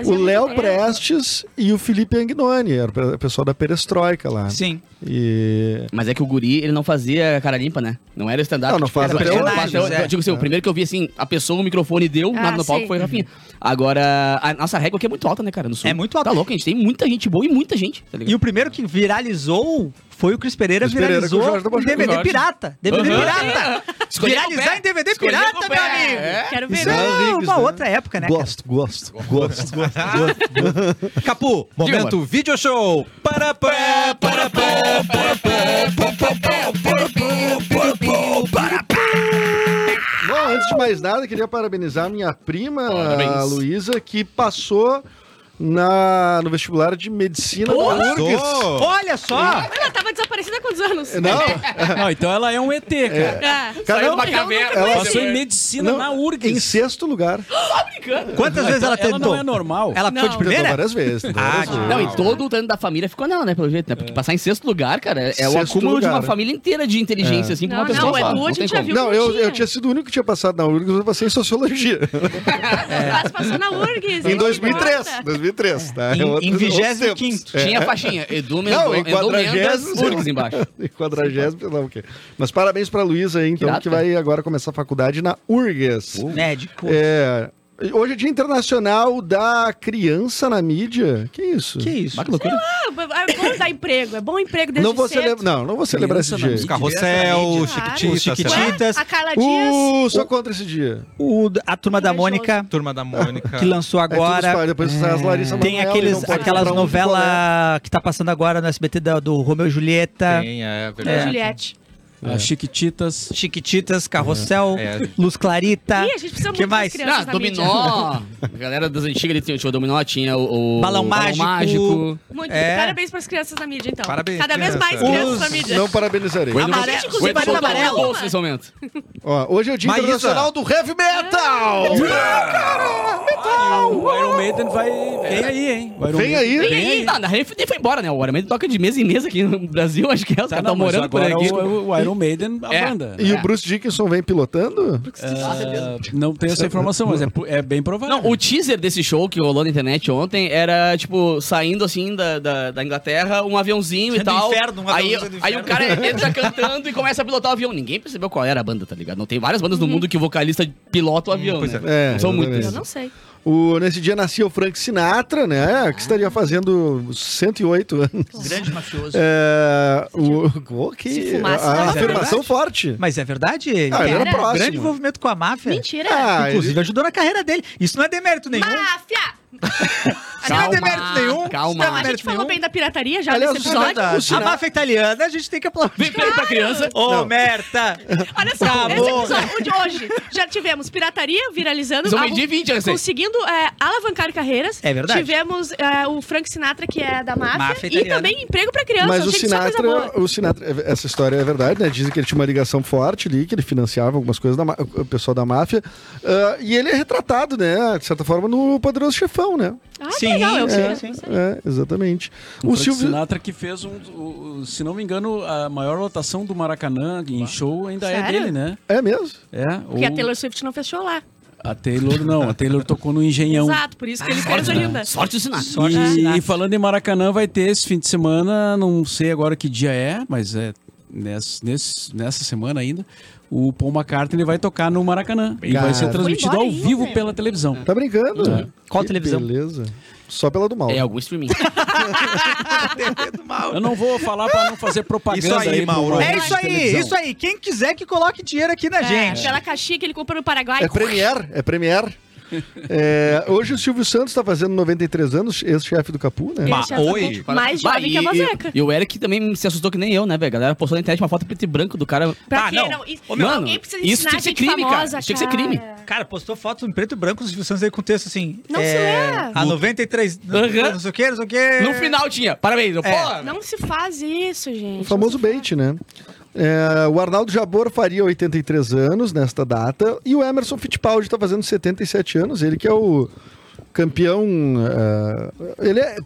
O Léo Prestes e o Felipe Angnoni, era o pe- pessoal da Perestroika lá. Sim. E... Mas é que o guri, ele não fazia cara limpa, né? Não era stand-up. Não, não faz era até paixão- hoje, paixão- né? Eu digo assim, o primeiro que eu vi, assim, a pessoa, o microfone deu Ah, na- no palco sim. foi o Rafinha. Agora, a nossa régua aqui é muito alta, né, cara? No sul. É muito alta. Tá louco, a gente tem muita gente boa e muita gente, tá ligado? E o primeiro que viralizou foi o Cris Pereira, Cris Pereira viralizou com o Jorge da em Baixada. DVD Jorge. pirata. DVD Aham. pirata. Escolheu com o Viralizar pé. em DVD Escolheu com pirata, o meu pé. amigo. É. Quero ver. Isso né? é Não, Riggs, uma né? outra época, né? cara? Gosto, gosto, gosto, gosto, gosto. Capu, momento video show. Para, pá, para, pá, para, pá, pá, pá, pá, para, pá, para, pá. Bom, antes de mais nada, queria parabenizar minha prima, Parabéns. a Luísa, que passou na, no vestibular de medicina da URGS. Gostou? Olha só! Ela tava desaparecida há quantos anos? Não, Não, então ela é um ET, cara. Ah, Saiu eu de uma não caverna. conheço. Ela- Passou em medicina não, na em URGS. sexto lugar. Quantas vezes ela Ela, tentou? não é normal. Ela ficou de Não. Tentou primeira? várias vezes. tentou várias vezes. Não, e todo o tanto da família ficou nela, né, pelo jeito, né? Porque passar em sexto lugar, cara, é o Sexto acúmulo de lugar, uma né? família inteira de inteligência, assim, pra Não, uma pessoa não, só. Edu, a gente tem já como. viu. Não, eu, eu Tinha. tinha sido o único que tinha passado na URGS, mas eu passei em sociologia. Ela passou na URGS. é. em não 2003. importa. 2003, tá? Em- É outro- em outros 25º. tempos. É, Tinha a faixinha, Não, Edu em Mendonça, Edu Mendes, 40º, sei lá. Urgs embaixo. E quadragésimo, sei lá o quê. Mas parabéns pra Luísa aí, então, Irado, que cara. vai agora começar a faculdade na URGS. Uh. Médico. É, hoje é Dia Internacional da Criança na Mídia. Que isso? Que isso? Bah, que loucura. Ah, é bom dar emprego. É bom emprego desde não, vou cedo. celebra... não, não vou celebrar esse Criança na dia. mídia. Carrossel, Claro. Chiquititas, sei Chiquititas. lá. Chiquititas. Ué, é? A Carla Dias. Uh, só contra esse dia. O, a turma da Invejoso. Mônica, Turma da Mônica. que lançou É tudo espalha, agora. depois sai as Larissa Tem Manoela e não aqueles, pode aquelas comprar um picolé. novelas que tá passando agora no SBT da- do Romeu e Julieta, Tem, é verdade. Juliette. É. As Chiquititas. Chiquititas, Carrossel, É. Luz Clarita. Ih, a gente precisa que muito mais? mais? Ah, crianças na mídia. dominó. A galera das antigas, ele tinha, tinha o dominó, tinha o, o Balão Mágico. Muito. É. Parabéns pras crianças na mídia, então. Parabéns, Cada vez mais criança. crianças na Os- mídia. Não parabenizarei. O Edu, Amarelo, o Edu inclusive, botou a mão amarelo. no bolso nesse momento. Ó, hoje é o Dia Maísa. Internacional do Heavy Metal! Ah, o Iron Maiden vai. Vem aí, hein? O Iron Vem Maiden. aí! Tá, na Ref nem foi embora, né? O Iron Maiden toca de mesa em mesa aqui no Brasil, acho que é. Os Tá, caras estão não, mas morando por agora aqui. O, o Iron Maiden, a É. banda. E o Bruce Dickinson vem pilotando? Ah, não tenho essa informação, mas é, pu- é bem provável. Não, o teaser desse show que rolou na internet ontem era, tipo, saindo assim da, da, da Inglaterra, um aviãozinho Do e tal. inferno, um aí, aviãozinho do aí inferno. o cara entra cantando e começa a pilotar o avião. Ninguém percebeu qual era a banda, tá ligado? Não tem várias bandas no mundo que o vocalista pilota Hum, o avião. pois né? é. É, Não são exatamente. muitas. Eu Uhum. não sei. O, nesse dia nascia o Frank Sinatra, né? Que estaria fazendo 108 anos. Grande mafioso. É, o, o que, Se fumasse, a dava afirmação verdade. forte. Mas é verdade, ele Ah, ele tem era Era. próximo. grande envolvimento com a É. máfia. Mentira. Ah, Inclusive ele- ajudou na carreira dele. Isso não é demérito um- nenhum. Máfia! Isso não é demérito nenhum. Isso não é calma. A demérito gente falou nenhum. bem da pirataria já Aliás, nesse isso é episódio. verdade. A máfia italiana, a gente tem que aplaudir. Vem pra pra criança. Ô, Merta! Olha só, Tá nesse bom. episódio de hoje já tivemos pirataria viralizando. São algo- meio-dia e 20, eu sei. Conseguindo é, alavancar carreiras. É verdade. Tivemos é, o Frank Sinatra, que é da máfia. Máfia e italiana. também emprego pra criança. Mas eu o achei que só coisa boa. Sinatra, o Sinatra, essa história é verdade, né? Dizem que ele tinha uma ligação forte ali, que ele financiava algumas coisas da ma- o pessoal da máfia. Ah, e ele é retratado, né? De certa forma, no Poderoso Chefão, né? Ah, que Sim, legal, eu é, sei. sim. É, exatamente. O, O Frank Silvio. Sinatra que fez um, o- o- se não me engano, a maior lotação do Maracanã em show ainda é Sério? dele, né? É mesmo? É. Porque ou- a Taylor Swift não fechou lá. a Taylor não, a Taylor tocou no Engenhão. Exato, por isso que ele fez ainda. Sorte do Sinatra. Sorte do E, Sinatra. e falando em Maracanã, vai ter esse fim de semana, não sei agora que dia é, mas é ness- ness- nessa semana ainda. O Paul McCartney vai tocar no Maracanã. E vai ser Cara. transmitido Foi ao embora ainda. vivo pela televisão. Tá brincando? Qual Que televisão? Beleza. Só pela do mal. É algum streaming. Eu não vou falar pra não fazer propaganda Isso aí, pro Mauro. Mauro É de isso aí, televisão. isso aí. Quem quiser que coloque dinheiro aqui na É, gente. aquela caixinha que ele comprou no Paraguai. É Premier, é Premier. É, hoje o Silvio Santos está fazendo 93 anos, ex-chefe do Capu, né? Mas Ele já tá oi. com- Mais jovem Bah, que a e- Vazeca. E, e o Eric também se assustou que nem eu, né, velho? A galera postou na internet uma foto preto e branco do cara. Pra Ah, quê? não. Isso, Ô, meu, alguém mano, precisa isso ensinar tem que ser gente crime, cara. famosa, Isso tem que ser crime. Cara, postou foto em preto e branco, os Santos aí com texto assim. Não se lê. A 93. Aham. Não sei o que, não sei o que. No final tinha. Parabéns, eu É. porra. Não se faz isso, gente. O famoso bait, né? É, o Arnaldo Jabor faria tá 83 anos nesta data e o Emerson Fittipaldi está fazendo 77 anos, ele que é o campeão. ah, ele é.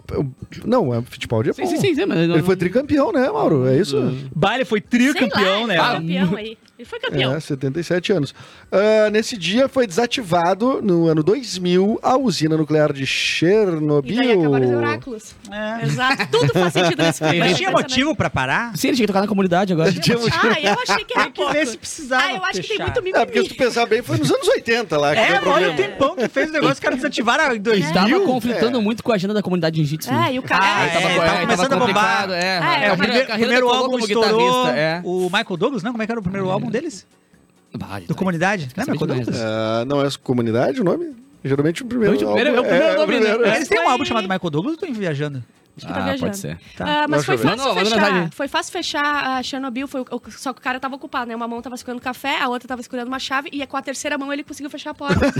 Não, é Fittipaldi é bom. Sim, sim, sim, sim, mas não- Ele foi tricampeão, né, Mauro? É isso? Baile foi Sei tricampeão, lá, né? ele Ah, foi campeão aí. Ele foi campeão. É, 77 anos. Ah, nesse dia foi desativado, no ano 2000, a usina nuclear de E daí acabaram os Chernobyl. oráculos. É. Exato. Tudo faz sentido nesse filme. Mas né? tinha motivo pra parar? Sim, ele tinha que tocar na comunidade agora. Ah, eu achei que era Tem que pouco. ver se precisava. Ah, eu acho que tem fechar. muito É, porque se mimimi. tu pensar bem, foi nos anos 80 lá que É, deu olha problema. o tempão que fez o negócio, os caras desativaram em Ele É. 2000. tava É. conflitando muito com a agenda da comunidade de jiu-jitsu. Ah, né? e o cara... Ah, Aí tava, é, co- tava aí começando a bombar. complicado, É, Ah, é, É, a o a carreira- primeiro, a carreira primeiro decolou álbum como estourou. guitarrista, é. Hum. O Michael Douglas, não? Como é que era o primeiro álbum deles? Bah, ele Do tá- Comunidade? Não é Esqueci Michael demais, Douglas? Ah, não é comunidade o nome? Geralmente o primeiro. Geralmente o primeiro- é o primeiro nome, né? primeiro. É. Eles têm um Foi- álbum chamado Michael Douglas ou eu tô viajando? Acho que tá Ah, viajando. pode ser. Ah, mas Deixa foi eu ver. fácil, Não, não, manda mensagem. fechar, foi fácil fechar a Chernobyl, foi, o- o- só que o cara tava ocupado, né? Uma mão tava segurando café, a outra tava segurando uma chave e é com a terceira mão ele conseguiu fechar a porta. Da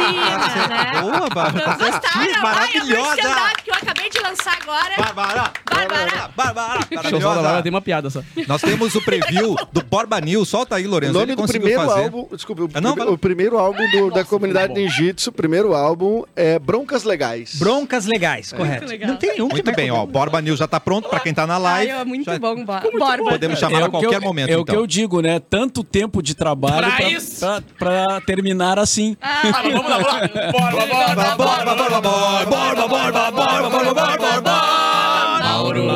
cozinha, né? Boa, Bárbara. Então, gostaram? maravilhosa! Ai, é um stand-up que eu acabei de lançar agora. Bárbara! Bárbara! Bárbara! Deixa eu só falar, ela Maravilhosa! tem uma piada só. Nós temos o preview do Borba News. Solta aí, O Lourenço. nome Ele do conseguiu primeiro fazer. álbum, desculpa, o, Ah, não, prime- fala. o primeiro álbum do- da comunidade ninjitsu, o primeiro álbum é Broncas Legais. Broncas legais, correto. legal. Não tem um que Muito é bem, ó. Borba News já tá pronto pra quem tá na live. Ai, é muito Já bom, bo- Borba. Podemos chamar o a que qualquer eu- momento, É o que então. eu digo, né? Tanto tempo de trabalho Pra pra, isso. pra- pra terminar assim. Ah, vamos lá, vamos lá. Borba, Borba, borba, borba, borba, borba, borba, borba, borba, borba, borba. Mauro.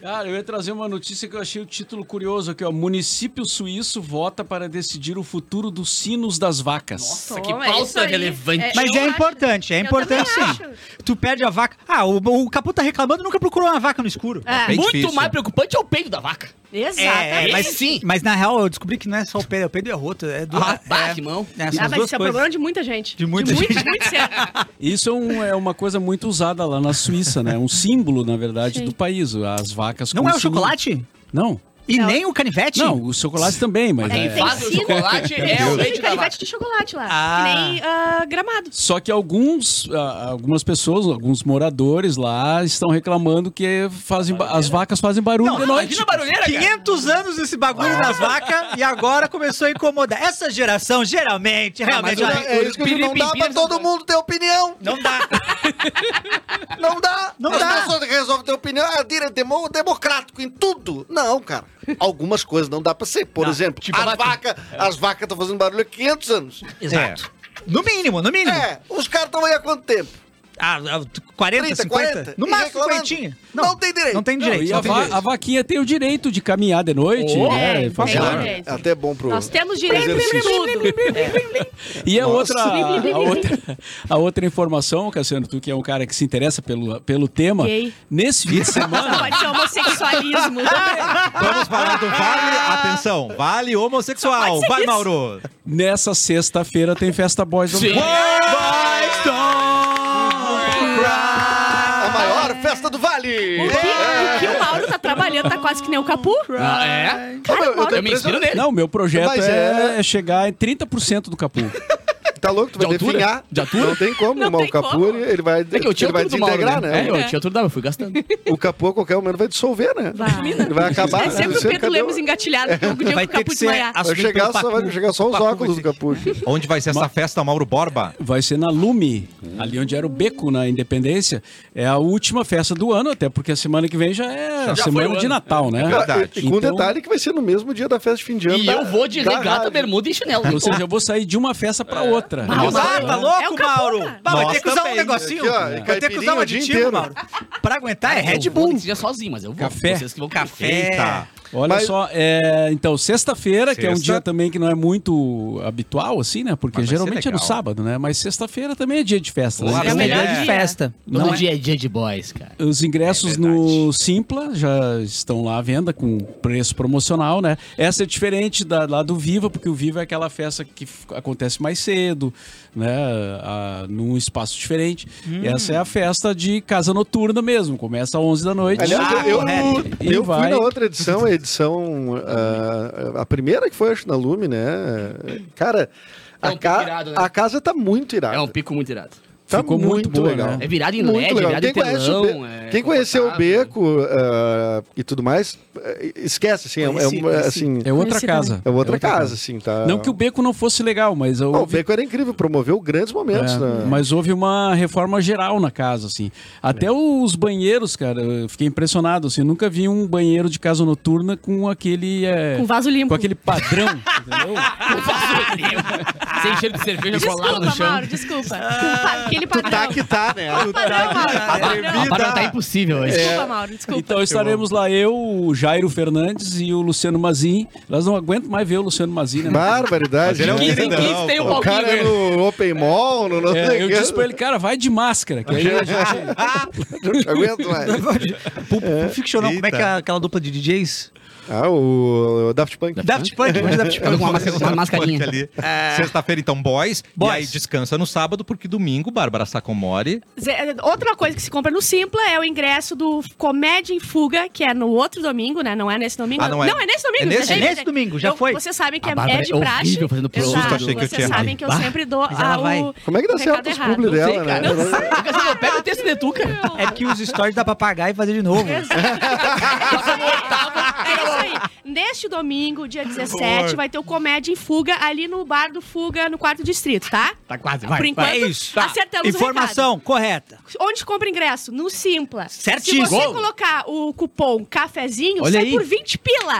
Cara, eu ia trazer uma notícia que eu achei o título curioso aqui, ó. Município suíço vota para decidir o futuro dos sinos das vacas. Nossa, É, que pauta relevante. Mas é importante, é importante sim. Tu perde a vaca. Ah, o, o Capu tá reclamando nunca procurou uma vaca no escuro. Bem Muito difícil. mais preocupante é o peito da vaca. É, Exatamente. mas sim. Mas na real eu descobri que não é só o Pedro, é o Pedro e a Rota. É do Ah, bah, é, que mão. é, são Ah, as mas duas isso é coisas. problema de muita gente. De muita muito, gente. De muito cedo. Isso é, um- é uma coisa muito usada lá na Suíça, né? Um símbolo, na verdade, Sim. do país. As vacas Não com é o sino- chocolate? Não. E Não. nem o canivete? Não, o chocolate também, mas. É, é- e tem Faz o sino, chocolate, tem é o sino leite de da canivete vaca. de chocolate tá lá. Ah. Que nem ah, gramado. Só que alguns, ah, algumas pessoas, alguns moradores lá estão reclamando que fazem ba- as vacas fazem barulho de noite. Imagina É a barulheira, cara. 500 anos esse bagulho das vacas e agora começou a incomodar. Essa geração, geralmente, realmente. Ah, mas ela- o- É isso que eu digo, não dá pra todo mundo ter opinião. Não dá. Não dá. Não As dá. pessoas resolvem ter opinião. Ah, dire- demo- democrático em tudo. Não, cara. Algumas coisas não dá pra ser. Por exemplo, as vacas as vacas estão fazendo barulho há 500 anos. Exato. No mínimo, no mínimo. É, os caras estão aí há quanto tempo? Ah, ah, 40, 30, 50? 40? No E máximo reclamando. 50. Não tem direito. Não tem Não, direito. e não a, tem va- direito. a vaquinha tem o direito de caminhar de noite. Oh, né, é, e fazer- tem Claro, direito. é até bom pro. Nós temos Mas direito. eu insisto. E a Nossa. outra, a outra, a outra informação, Cassiano, tu que é um cara que se interessa pelo, pelo tema, Gay. nesse fim de semana. Pode ser homossexualismo. Vamos falar do Vale. Atenção, Vale homossexual. Vai, Mauro. Nessa sexta-feira tem festa Boys Sim. É. Boys don't cry. A maior Ah. festa do Vale! O que, o que o Mauro tá trabalhando tá quase que nem o Capu. Ah, é? Cara, eu, Eu me inspiro nele. Não, meu projeto Mas é... é- é chegar em 30% do capu. Tá louco? Tu vai De altura? definhar. De altura? Não tem como. Não mas tem o Capu, como. Ele, ele vai, É que eu tinha ele vai tudo do Mauro, desintegrar, né? né? É, eu tinha tudo, dava, fui gastando. O Capu, a qualquer momento, vai dissolver, né? Vai. Ele vai acabar. É sempre o Você- Pedro cadê Lemos engatilhado, que algum dia Vai o ter Capu que ser desmaiar. um. Vai assumido chegar, pelo só, Pacu. vai chegar só os Pacu vai óculos ter do que- Capu. aqui. Onde vai ser essa festa, Mauro Borba? Vai ser na Lume, ali onde era o beco na Independência. É a última festa do ano, até porque a semana que vem já é a Já foi o semana ano. de Natal, É né? verdade. E com um Então- detalhe que vai ser no mesmo dia da festa de fim de ano. E da- eu vou de da regata, rádio. bermuda e chinelo. Ou seja, eu vou sair de uma festa pra outra. Não dá, tá louco, É um o Capu, Mauro? cara. Bah, vai Nós ter que usar um também. negocinho. Aqui, ó, vai ter que usar um caipirinha o dia aditivo, inteiro. Mauro. Pra aguentar é Red Eu vou Bull. É. nesse dia sozinho, mas eu vou. Café. Vocês que vão comigo. Café. tá. Eita. Olha Mas- só, é, então, sexta-feira, que é um Sexta. dia também que não é muito habitual, assim, né? Porque Mas vai ser geralmente é no legal. sábado, né? Mas sexta-feira também é dia de festa. né? Claro, É o Então, melhor É. de festa. Todo Não é. dia é dia de boys, cara. Os ingressos É no Simpla já estão lá à venda com preço promocional, né? Essa é diferente da, lá do Viva, porque o Viva é aquela festa que f- acontece mais cedo, né? A, num espaço diferente. Essa é a festa de casa noturna mesmo. Começa às 11 da noite. Aliás, Ah, eu, correto. E eu vai. fui na outra edição, a edição. ah, a primeira que foi, acho, na Lume, né? Cara, É um a, pico ca- irado, né? a casa tá muito É irada. um pico muito irado. Tá Ficou muito boa, né? É virado em Muito LED, legal. virado em Quem conhece o telão. Be- é Quem conheceu o confortável. beco ah, e tudo mais, eh, esquece, assim, é, é Conheci, uma, conheci. assim, É outra Conheci casa. é outra casa, assim, tá? Não que o beco não fosse legal, mas eu Não, o ouvi- beco era incrível, promoveu grandes momentos, É, né? Mas houve uma reforma geral na casa, assim. Até os banheiros, cara, eu fiquei impressionado, assim. Eu nunca vi um banheiro de casa noturna com aquele... é, Com vaso limpo. com aquele padrão, entendeu? Sem cheiro de cerveja colado no Desculpa, chão. Mauro, desculpa. Com pa- Aquele Tu padrão. tá que tá, né? O padrão, Mauro. o padrão. A parada tá impossível hoje. Desculpa, Mauro, desculpa. Então estaremos lá eu, o Jairo Fernandes e o Luciano Mazin. Elas não aguentam mais ver o Luciano Mazin, né? Barbaridade. Mas ele é um né? querido. tem um O pouquinho, cara é né? no Open Mall, no não sei É, eu o quê. disse pra ele, né? cara, vai de máscara. Que aí tá a gente- Não te aguento mais. Pulp, Pulp Fiction, não. Como é Eita. que é aquela dupla de DJs? Ah, o Daft Punk. Daft Punk, onde é Daft Com Punk? uma, masca- uma mascarinha. Ali. Sexta-feira, então, boys. Boys. E aí descansa no sábado, porque domingo, Bárbara Sacomori. Zé, Outra coisa que se compra no Simpla é o ingresso do Comédia em Fuga, que é no outro domingo, né? Não é nesse domingo. Ah, não é. nesse domingo. É nesse? gente. É nesse domingo, já Eu- foi? Vocês sabem que A é, Bárbara é de é praxe. horrível fazendo pro- Exato. Susto, achei que eu Vocês tinha- sabem que eu Bah. sempre dou Mas ela a, vai. o... Como é que dá o certo recado os errado. publi dela, né? Não sei, cara, você não pega o texto de tu, cara. É que os stories dá pra apagar e fazer de novo. É isso aí. Neste domingo, dia 17, vai ter o Comédia em Fuga ali no bar do Fuga, no quarto distrito, tá? Tá quase, vai. Por enquanto, É isso. Tá. acertamos o Informação correta. recado. Onde compra ingresso? No Simpla. Certíssimo. Se você colocar o cupom cafezinho, Olha sai aí. por 20 pila.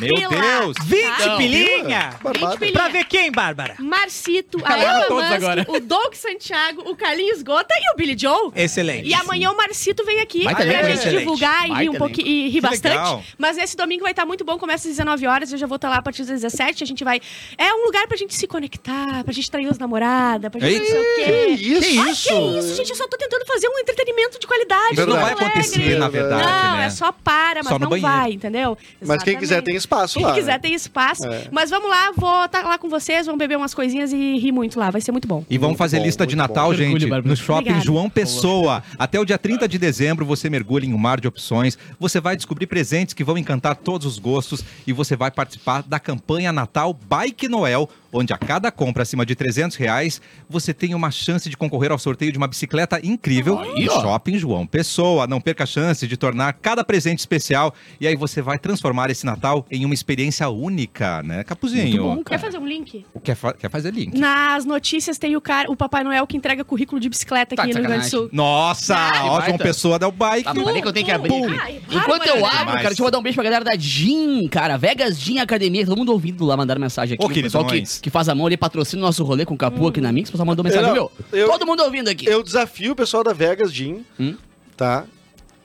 20 Meu pila. Deus. 20 Tá? pilinha! Barbado. pilinha. Pra ver quem, Bárbara? Marcito, a Acabaram Eva todos agora. Mansky, o Doug Santiago, o Carlinhos Gota e o Billy Joe. Excelente. E amanhã o Marcito vem aqui Vai pra também, gente excelente. divulgar e Vai rir um também. pouquinho e rir bastante. legal. Mas esse domingo vai estar muito bom, começa às 19 horas, eu já vou estar lá a partir das 17. A gente vai. É um lugar pra gente se conectar, pra gente trair os namorados, pra gente Ei, não sei o Que quê. isso? Ai, que é isso, gente? Eu só tô tentando fazer um entretenimento de qualidade. Isso não vai alegre. acontecer, na verdade, Não, né? é só para, mas Só no não banheiro. vai, entendeu? Mas quem quiser Exatamente. tem espaço Quem lá. quiser né? tem espaço. É. Mas vamos lá, vou estar lá com vocês, vamos beber umas coisinhas e rir muito lá. Vai ser muito bom. E vamos Muito fazer bom, lista de muito Natal, bom. gente, Mergulhe, Bárbara. no shopping Obrigada. João Pessoa. Até o dia 30 de dezembro você mergulha em um mar de opções. Você vai descobrir presentes que vão encantar todos os gostos e você vai participar da campanha Natal Bike Noel, onde a cada compra acima de 300 reais você tem uma chance de concorrer ao sorteio de uma bicicleta incrível Aí, no ó. shopping João Pessoa. Não perca a chance de tornar cada presente especial e aí você vai transformar esse Natal em uma experiência única, né, Capuzinho? Muito bom, cara. Quer fazer um link? Quer, fa- quer fazer link? Nas notícias tem o, cara, o Papai Noel que entrega currículo de bicicleta Tá aqui de no Rio Grande do sacanagem. Sul. Nossa, Ah, ó, baita. João Pessoa deu bike. Tá, mas peraí que eu tenho que abrir Ah, Pum. aqui. Ai, Enquanto eu barbaridade. abro, Demais. cara, deixa eu mandar um beijo pra galera da Gin, cara. Vegas Gin Academia, todo mundo ouvindo lá, mandaram mensagem aqui. Ô, O pessoal que, queridões. que faz a mão ali, patrocina o nosso rolê com o Capu aqui na Mix, o pessoal mandou mensagem, Eu- meu. eu- todo mundo ouvindo aqui. Eu desafio o pessoal da Vegas Gym, Hum? tá?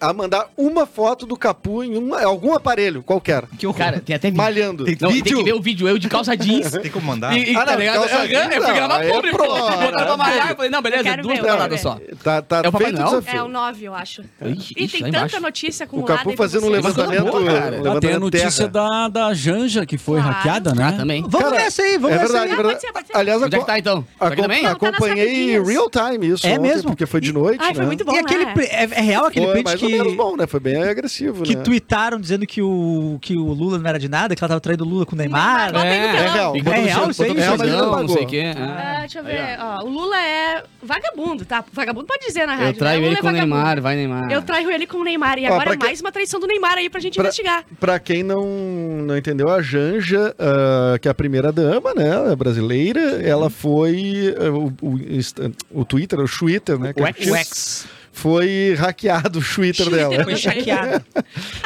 A mandar uma foto do Capu em um- algum aparelho, qualquer. Que horror. Cara, tem até vídeo. Malhando. Tem Não, tem vídeo? que ver o vídeo, eu de calça jeans. Tem como mandar? E, e, Ah, tá não, ligado? calça Eu, eu, jeans, eu fui não, gravar aí é público. pro- Botaram pra malhar, eu falei, não, Eu beleza, quero duas ver, eu quero paradas ver. só. Tá, tá É o Papai feito o Noel? desafio. É o 9, eu acho. Ixi, E tem lá tanta embaixo. notícia com O Capu fazendo um Mas coisa levantamento. boa, cara. Tá Ah, tem a levantamento notícia terra. da, da Janja, que foi Claro. hackeada, né? Ah, também. Vamos Cara, nessa aí, vamos é nessa verdade, aí. é verdade. Pode ser, pode ser. Aliás, Onde é que tá, aco- então? Tá aqui acom- também? Não, tá nas acompanhei rapidinhas. real time isso. É ontem, mesmo? Porque foi de noite. Ai, foi né? muito bom, E aquele né? pre- é, é real aquele Foi print mais ou menos que, bom, né? Foi bem agressivo, que né? tweetaram dizendo que o, que o Lula não era de nada, que ela tava traindo o Lula com o Neymar. né? Neymar, É, É real. E botou no É real chão, isso aí? botou no É, mas ele chão, não não sei o pagou. quê. é. Ah, deixa eu ver. Ó, o Lula é vagabundo, tá? Vagabundo pode dizer na rádio. Eu traio né? ele Lula é com o vagabundo. Neymar, vai Neymar. Eu traio ele com o Neymar. E Ó, agora pra é que- mais uma traição do Neymar aí pra gente Pra- investigar. Pra quem não, não entendeu, a Janja, ah, que é a primeira dama, né? ela é brasileira, ela foi. ah, o, o Insta- o Twitter, o Twitter, né? que é O ex. Foi hackeado o Twitter dela. Foi chaqueado.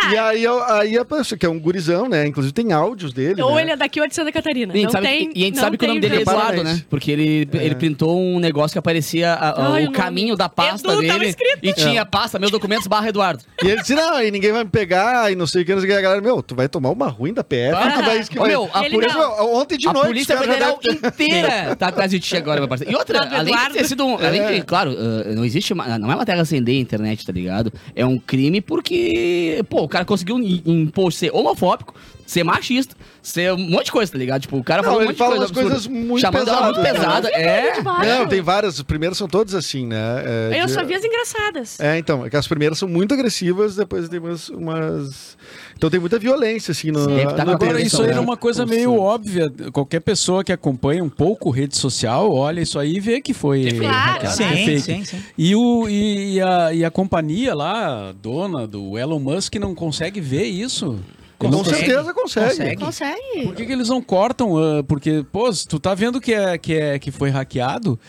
E aí, eu- aí a pessoa, que é um gurizão, né? Inclusive tem áudios dele. Ou Então né? ele é daqui ou é de Santa Catarina. E a gente não sabe, tem, e a gente não sabe que o nome tem dele é dúvida. Eduardo, né? Exatamente. Porque ele, ele printou um negócio que aparecia a- a- Ai, o o nome. caminho da pasta Edu, tava dele. escrito. E tinha a pasta, meus documentos barra Eduardo. E ele disse, não, e ninguém vai me pegar, e não sei o que, não sei o que. A galera, meu, tu vai tomar uma ruim da PF, tu vai... Ah, Ô, meu, a Ele polícia- não. Meu, ontem de a noite, Polícia os caras já Federal devem ter- inteira tá atrás de ti agora, meu parceiro. E outra, Eduardo, além de Eduardo. ter sido um. Além de, É. claro, ah, não existe. uma- Não é uma terra sem lei a internet, tá ligado? É um crime porque. Pô, o cara conseguiu im- impor ser homofóbico, ser machista, ser um monte de coisa, tá ligado? Tipo, o Não, cara falou um ele monte de fala umas coisa coisas absurda. muito Chamando ela muito pesadas, né? pesada. É. Não, tem várias. As primeiras são todas assim, né? É, Eu de- só vi as engraçadas. É, então, é que as primeiras são muito agressivas, depois tem umas. umas- Então tem muita violência, assim, no. Sim, deve no tá com a Agora, Atenção, isso aí né? era uma coisa meio óbvia. Qualquer pessoa que acompanha um pouco rede social, olha isso aí e vê que foi. Claro, hackeado, claro. foi Sim, fake. sim, sim. E, o, e, e a, e a companhia lá, a dona do Elon Musk, não consegue ver isso. Com Não consegue. certeza consegue. Consegue. Consegue. Por que, que eles não cortam? ah, porque, pô, se tu tá vendo que, é, que, é, que foi hackeado,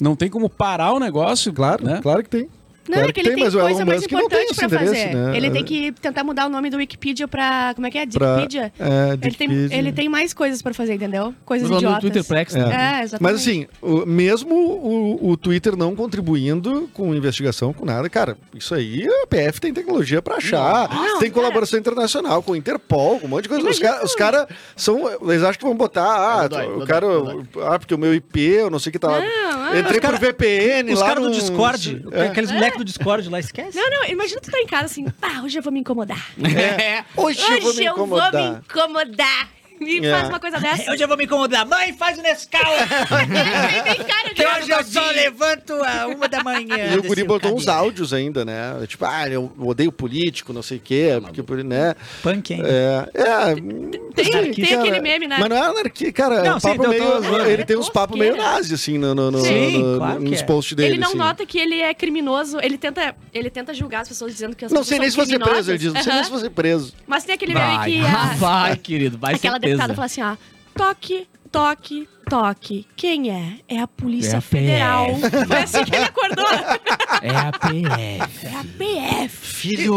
não tem como parar o negócio. Claro, né? claro que tem. Não, Claro é que ele tem, mas o coisa Elon mais Musk não tem importante esse pra interesse, fazer. né? Ele tem que tentar mudar o nome do Wikipedia pra. Como é que é? Pra- Dickpedia? É, Ele tem, Dickpic, ele né? tem mais coisas pra fazer, entendeu? Coisas Usando o idiotas. Twitter Plex. né? É, exatamente. Mas assim, o- mesmo o, o Twitter não contribuindo com investigação, com nada, cara, isso aí a PF tem tecnologia pra achar. Não, tem cara. colaboração internacional com o Interpol, com um monte de coisa. Imagina Os caras são. Eles acham que vão botar. Ah, Não dói, o não cara. dói, não ah, porque o meu IP, eu não sei o que tá lá. Não, ah. Entrei Os cara- por VPN Os lá. caras do nos- Discord, É. aqueles moleques do Discord lá, esquece. Não, não, imagina tu tá em casa assim, pá, hoje eu vou me incomodar. É. Hoje, eu vou me incomodar. incomodar. Me É. faz uma coisa dessa. Hoje eu vou me incomodar. Mãe, faz o Nescau! Nem tem cara de- que hoje eu só levanto a uma da manhã. E o Guri Desci botou cadeira. uns áudios ainda, né? Tipo, ah, eu odeio político, não sei o quê, porque, né? Punk, hein? É, é. tem- assim, tem aquele meme, né? Mas não é anarquia, cara. é Não, um sim, papo eu tô- meio, zoando. ele tem uns papos meio Tosqueira. nazi, assim, no, no, no, Sim, no- claro que nos é. posts dele. Ele não assim. nota que ele é criminoso, ele tenta, ele tenta julgar as pessoas dizendo que as Não pessoas sei nem se são você é preso, ele criminosas. diz. Não sei nem se você preso. Mas tem aquele meme Vai. que Ah, a- vai, querido. Vai aquela certeza. deputada fala assim, ó, toque, toque, toque. Quem é? É a Polícia É a Federal. Foi assim que ele acordou. É a PF. É a PF. Filho,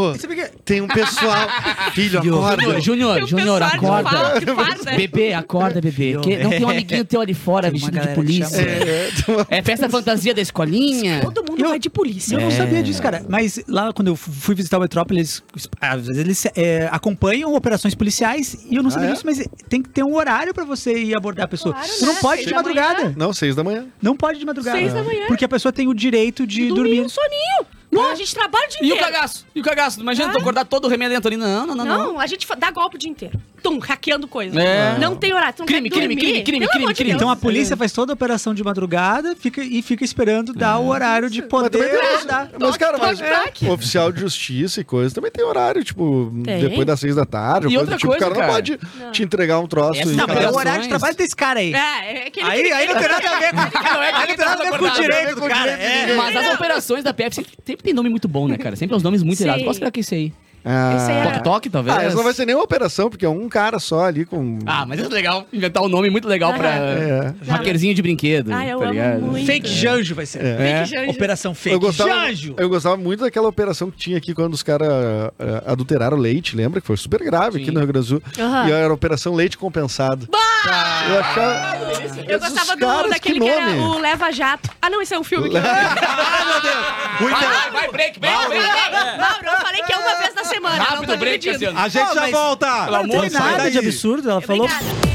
tem um pessoal. Filho, Júnior, Júnior, Tem um Júnior, pessoal que acorda. fala que faz, né? Bebê, acorda, bebê. Que- não tem um amiguinho teu ali fora Tem vestido uma de galera que polícia. chama. É. festa fantasia da escolinha. Todo mundo Eu- vai de polícia. Eu não sabia disso, cara. Mas lá quando eu fu- fui visitar o Metrópolis, eles- às vezes eles é, acompanham operações policiais e eu não sabia é? disso, mas tem que ter um horário pra você ir abordar a pessoa. Claro, você não né? pode Seis de da manhã. madrugada. Não, seis da manhã. Não pode de madrugada. Seis da manhã. Porque a pessoa tem o direito de dormir dormir. um soninho. Não, a gente trabalha o dia É. E o inteiro. cagaço? E o cagaço? Imagina, tu acordar todo o remendo ali. Não, não, não, Não, não. a gente fa- dá golpe o dia inteiro. Tum, hackeando coisa. É. Não tem horário. Tu não Crime, quer crime, dormir. crime, crime, Pelo crime, amor de crime. Deus. Então a polícia faz toda a operação de madrugada fica, e fica esperando dar o horário de Mas também poder tem horário. abordar. Mas, cara, toque, mas toque. o oficial de justiça e coisa também tem horário, tipo, Tem. depois das seis da tarde. E coisa outra do tipo, o cara, coisa, não cara. pode te entregar um troço. Essa e- não, Não, mas é o Operações. horário de trabalho desse cara aí. É, é aquele Aí, crime. aí não tem nada a ver com, Não é que aí não tem tá nada a ver com o acordado. direito do cara. É. Mas as operações da PF sempre, sempre tem nome muito bom, né, cara? Sempre é uns nomes muito Sim. irados. Posso pegar que esse aí? Ah. Esse aí é- Toque Toque, talvez? Ah, essa não vai ser nenhuma operação, porque é um cara só ali com. Ah, mas isso é legal. Inventar um nome muito legal pra... É. Hackerzinho de brinquedo. Ah, eu tá amo ligado? muito. Fake Janjo vai ser. Fake Janjo. Operação É. Fake Eu gostava, Janjo. eu gostava muito daquela operação que tinha aqui quando os caras eh, adulteraram leite, lembra? Que foi super grave aqui Sim. no Rio Grande do Sul. Aham. E era a operação leite compensado. Eu achava. Eu Esses gostava do, caras, daquele que, era o Leva Jato. Ah, não, esse é um filme que eu... Vai, vai, break, break, break. Mauro, eu falei que é uma vez na semana. não tô Rápido break, dividindo. Cassiano. A gente Pô, já mas- volta! Não Ah, tem Sai nada de daí. absurdo. Ela falou Obrigada.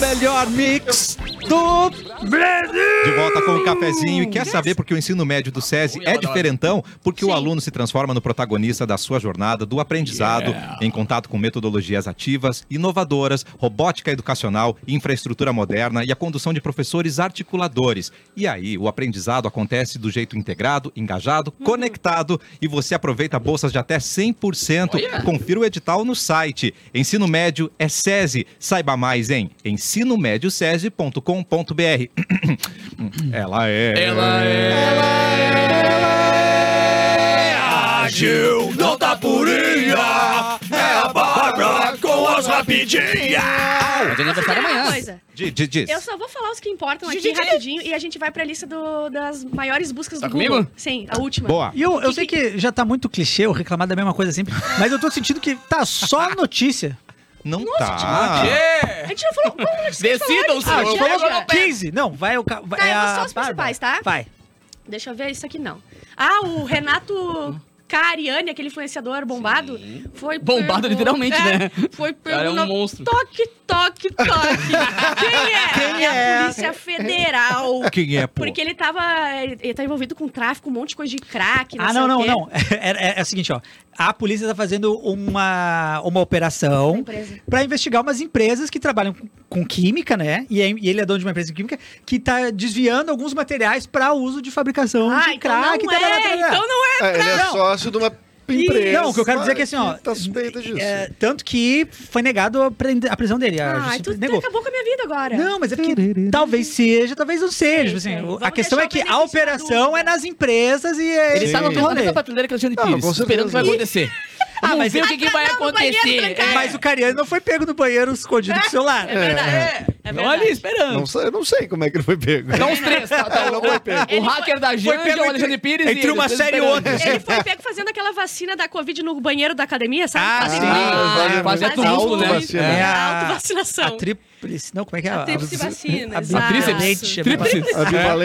Melhor mix do Brasil! De volta com o cafezinho. E quer saber por que o ensino médio do SESI é diferentão? Porque o aluno se transforma no protagonista da sua jornada do aprendizado, em contato com metodologias ativas, inovadoras, robótica educacional, infraestrutura moderna e a condução de professores articuladores. E aí, o aprendizado acontece do jeito integrado, engajado, conectado e você aproveita bolsas de até 100%. Confira o edital no site. Ensino Médio é SESI. Saiba mais em ensinomédiocese.com.br. Ela é. Ela é. não tá purinha, é a Bárbara com as rapidinhas. É de aniversário Primeira amanhã. coisa, Diz, diz. eu só vou falar os que importam aqui rapidinho e a gente vai pra lista do- das maiores buscas Tá do Google. comigo? Sim, a última. Boa. E eu, eu sei que já tá muito clichê eu reclamar da mesma coisa sempre, mas eu tô sentindo que tá só notícia. Não tá. A gente já falou... Como a gente Decidam-se. Ah, Notícia. falou 15. Não, vai o... ca- vai- Tá, eu é vou a só os Bárbara. principais, tá? Vai. Deixa eu ver, isso aqui não. Ah, o Renato Cariani, aquele influenciador bombado, foi um- Bombado literalmente, né? Foi Cara, é um pergunta monstro. toque, toque, toque. Quem é? Quem a é? Polícia Federal. Quem é, pô? Porque ele tava. Ele tá envolvido com tráfico, um monte de coisa de crack. Ah, sei não, o não, quê. não. É, é- é o seguinte, ó. A polícia tá fazendo uma, uma operação Empresa. para investigar umas empresas que trabalham com, com química, né? E, é- e ele é dono de uma empresa de química que tá desviando alguns materiais para uso de fabricação Ah, Um de então crack. tá, não tarará, é, tarará. então não é. É, ele é Não. sócio de uma empresa. Não, o que eu quero dizer é que assim, ó, Tá suspeita disso. É, tanto que foi negado a, prende- a prisão dele. A Ai, justiça tu, tu negou. Ah, então acabou com a minha vida agora. Não, mas é porque talvez seja, talvez não seja. Sei, assim, sei. o- a Vamos questão é deixar o que a benefício né? da operação dúvida. é nas empresas e é Ele tá esse está que no é o canto rolê. da patrulheira que Alexandre Não, mas Pires, com esperando o que vai acontecer. Ah, Vamos mas ver o ele- que, que vai Ah, não, no banheiro, acontecer. trancado. Mas o Cariano não foi pego no banheiro escondido com o celular. É verdade. É, Estão verdade. ali esperando. Não sei, eu não sei como é que ele foi pego. Não os três. tá- tá- Não o- é foi pego. o hacker da Janja, o Alexandre Pires. e entre ele, uma os três série e esperando. outra. Ele foi pego fazendo aquela vacina da Covid no banheiro da academia, sabe? Ah, Fazem sim. muito. Ah, quase é Fazem tumulto, né? muito. É. É a a- autovacinação. A tríplice. Não, como é que é? Então. A tríplice vacina, A exato. Tríplice. Ambivalente.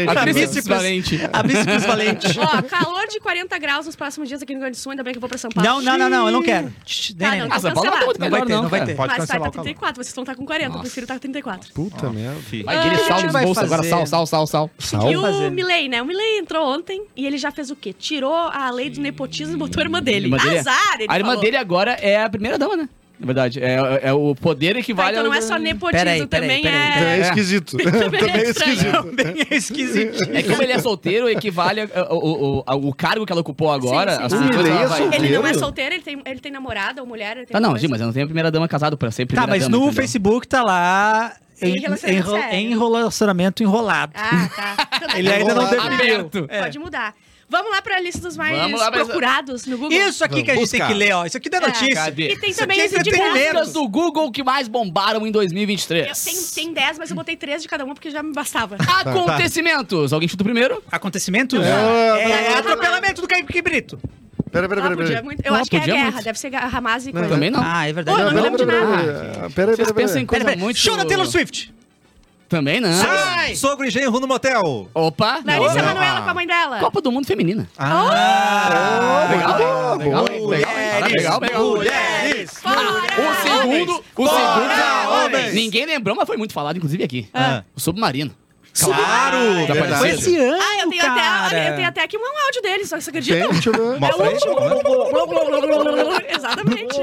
A Tríplice. tríceps valente. A bíceps valente. Ó, calor de 40 graus nos próximos dias aqui no Rio Grande do Sul, ainda bem que eu vou pra São Paulo. Não, não, não, não, eu não quero. Tá, Nem, nem. não, Ah, São Paulo não tá muito Não melhor, vai ter, não vai cara. ter. Pode Mas vai cancelar pra o calor. 34, vocês estão tá com 40, eu Nossa. prefiro estar tá com 34. Puta merda. Vai, aquele Ah, sal o que nos vai bolsos agora. fazer? Sal, sal, sal, sal. Sal? E o fazer. Milley, né? O Milley entrou ontem e ele já fez o quê? Tirou a lei do nepotismo e botou a irmã dele. Irmã dele é- Azar, ele A irmã falou. dele agora é a primeira dama, né? Na verdade, é, é o poder Tá, equivale então não ao- é só nepotismo, Peraí, peraí, também peraí. Então é é... esquisito. Também Também é é estranho. esquisito. Bem esquisito. É que como ele é solteiro, equivale ao, ao- ao- ao cargo que ela ocupou agora. Sim, sim, as sim. funções Ele que ela é vai- solteiro. Ele não é Solteiro? solteiro, ele tem, ele tem namorada ou mulher. Ele tem Tá, não, coisa. Gi, mas eu não tenho a primeira dama casado pra sempre. Tá, mas no Facebook tá lá. Em Em relacionamento enro- sério. em relacionamento enrolado. Ah, tá. Ele ainda não Enrolado. definiu. Aberto. É. Pode mudar. Vamos lá pra lista dos mais Vamos lá pra- procurados no Google. Isso aqui que a gente Busca. tem que ler, ó. Isso aqui dá É. notícia. Cadê? E tem Isso também aqui é esse de entretenimento. graça. Buscas do Google que mais bombaram em Eu 2023. tenho, tem 10, mas eu botei 13 de cada uma porque já me bastava. Acontecimentos. Alguém chuta o primeiro? Acontecimentos? É. É, é atropelamento do Kaique Brito. Pera, pera, Ah, pera. podia pera. muito. Eu Não, acho que é podia guerra, muito. deve ser guerra- Hamas e coisa. Também não. Ah, é verdade. Ô, Não, não pera, lembro de pera, nada. pera. Pera, Vocês pera, pensam em pera. coisa Pera, pera. muito... Show da Taylor Swift. Também não. Sogro e genro no motel. Opa. Larissa Não. Manoela com a mãe dela. Copa do Mundo Feminina. Ah, Legal, legal, Ah, legal, legal. Mulheres. O segundo... O Fora, segundo... homens! Ninguém lembrou, mas foi muito falado, inclusive, aqui. Ah. O Submarino. Claro! Já verdade. Foi esse ano, Ah, eu tenho, até, cara. eu tenho até aqui um áudio dele, só que você acredita? É Gente, né? Uma é frente, né? Exatamente.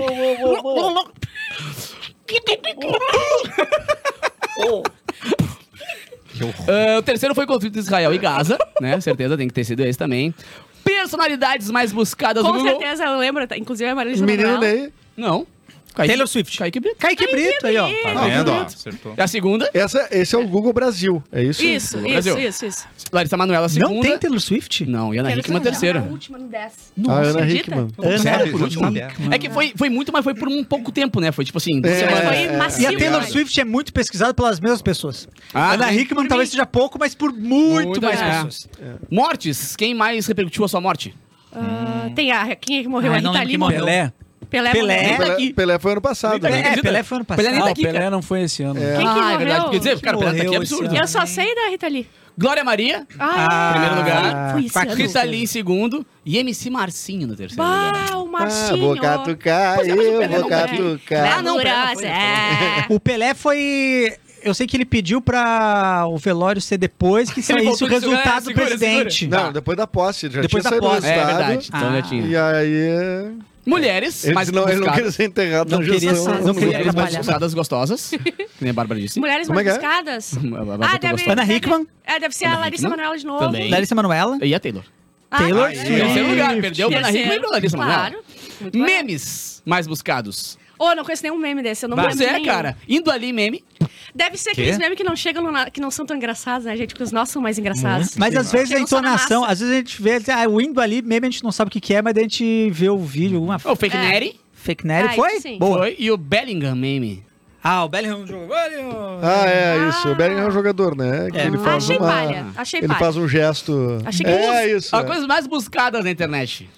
Ah, o terceiro foi o conflito de Israel e Gaza, né? Certeza tem que ter sido esse também. Personalidades mais buscadas no Com Google. certeza eu lembro, tá? inclusive a Marília Menino Ney. Não. Kaique, Taylor Swift. Kaique Brito. Kaique Brito aí, ó. Tá Brito. vendo, ó? Acertou. É a segunda. Essa, esse é o Google Brasil, é isso? Isso, isso, Brasil. isso, isso. Larissa Manoela, a segunda. Não tem Taylor Swift? Não, e Ana Quero Hickman, que- terceira. A última no 10. a Ana acredita? Hickman. Ana Sério? por último. É que foi, foi muito, mas foi por um pouco tempo, né? Foi tipo assim, duas É. semanas. Foi massivo. E a Taylor demais. Swift é muito pesquisada pelas mesmas pessoas. Ah, Ana também. Por Hickman talvez mim. seja pouco, mas por muito, Muito, mais é. pessoas. Mortes. Quem mais repercutiu a sua morte? Ah, Tem a quem é que morreu? Ah, a não Rita lembro Lee quem morreu. morreu. Pelé. Pelé. Pelé. morreu. Pelé, aqui. Pelé foi ano passado, né? É, Pelé foi ano Pelé nem passado. tá Ah, o aqui, cara. Pelé não foi esse ano. Quem que ah, é verdade. morreu? Quer dizer, cara, o Pelé tá aqui é Morreu esse absurdo. ano. Eu só sei da Rita Lee. Glória Maria, Ah, primeiro lugar. Foi esse ano. Rita Lee em segundo. E MC Marcinho no terceiro lugar. Bah, o Ah, Marcinho. vou catucar, Pois é, mas o eu Pelé vou não vai. catucar. Ah, não, Pelé não foi, Glamurosa. tá- O Pelé foi. Eu sei que ele pediu pra o velório ser depois que saísse voltou o e disse, resultado "Galera, segura, do presidente. Não, depois da posse, já tinha Depois da saído posse, o É resultado. verdade. Então Ah. já tinha. E aí... Mulheres, Ele, mais disse, não, ele não buscadas. queria ser enterrado Não na queria gestão. ser- Não não queria queria Mulheres mais atrapalhar. buscadas gostosas, que nem a Bárbara disse. Mulheres Como é mais que é? buscadas. A Bárbara Ah, que eu deve, gosto. Ana deve- Hickman? É, deve ser Ana a Larissa Hickman? Manoela de novo. Também. Larissa Manuela. E a Taylor. Ah, Taylor é. Swift. Terceiro lugar, perdeu pra Ana Terceiro, Hickman e pra é Larissa Manoela. Claro. Muito bem. Memes mais buscados. Ô, não conheço nenhum meme desse, eu não Mas lembro de é, nenhum. cara. Indo ali, meme. Deve ser aqueles memes que não chegam, no na- que não são tão engraçados, né, gente? Porque os nossos são mais engraçados. Mas às vezes a Chegam só na entonação, massa. às vezes a gente vê, ah, o indo ali, meme a gente não sabe o que, que é, mas daí a gente vê o vídeo, alguma O Fake É. Neri. fake nerd. Ah, Foi? isso sim. Boa. Foi. E o Bellingham meme. Ah, o Bellingham jogou. Ah, é isso. O Bellingham é um jogador, né? Que É. ele faz Achei uma... palha, achei ele palha. faz um gesto... Achei que é isso. A é. coisa mais buscada na internet.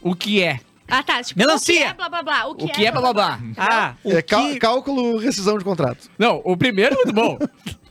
O que é? Ah, tá. Tipo, Melancia. O que é blá blá blá? O que, O que é blá blá blá? Ah, o É cal- que... cálculo rescisão de contrato. Não, o primeiro é muito bom.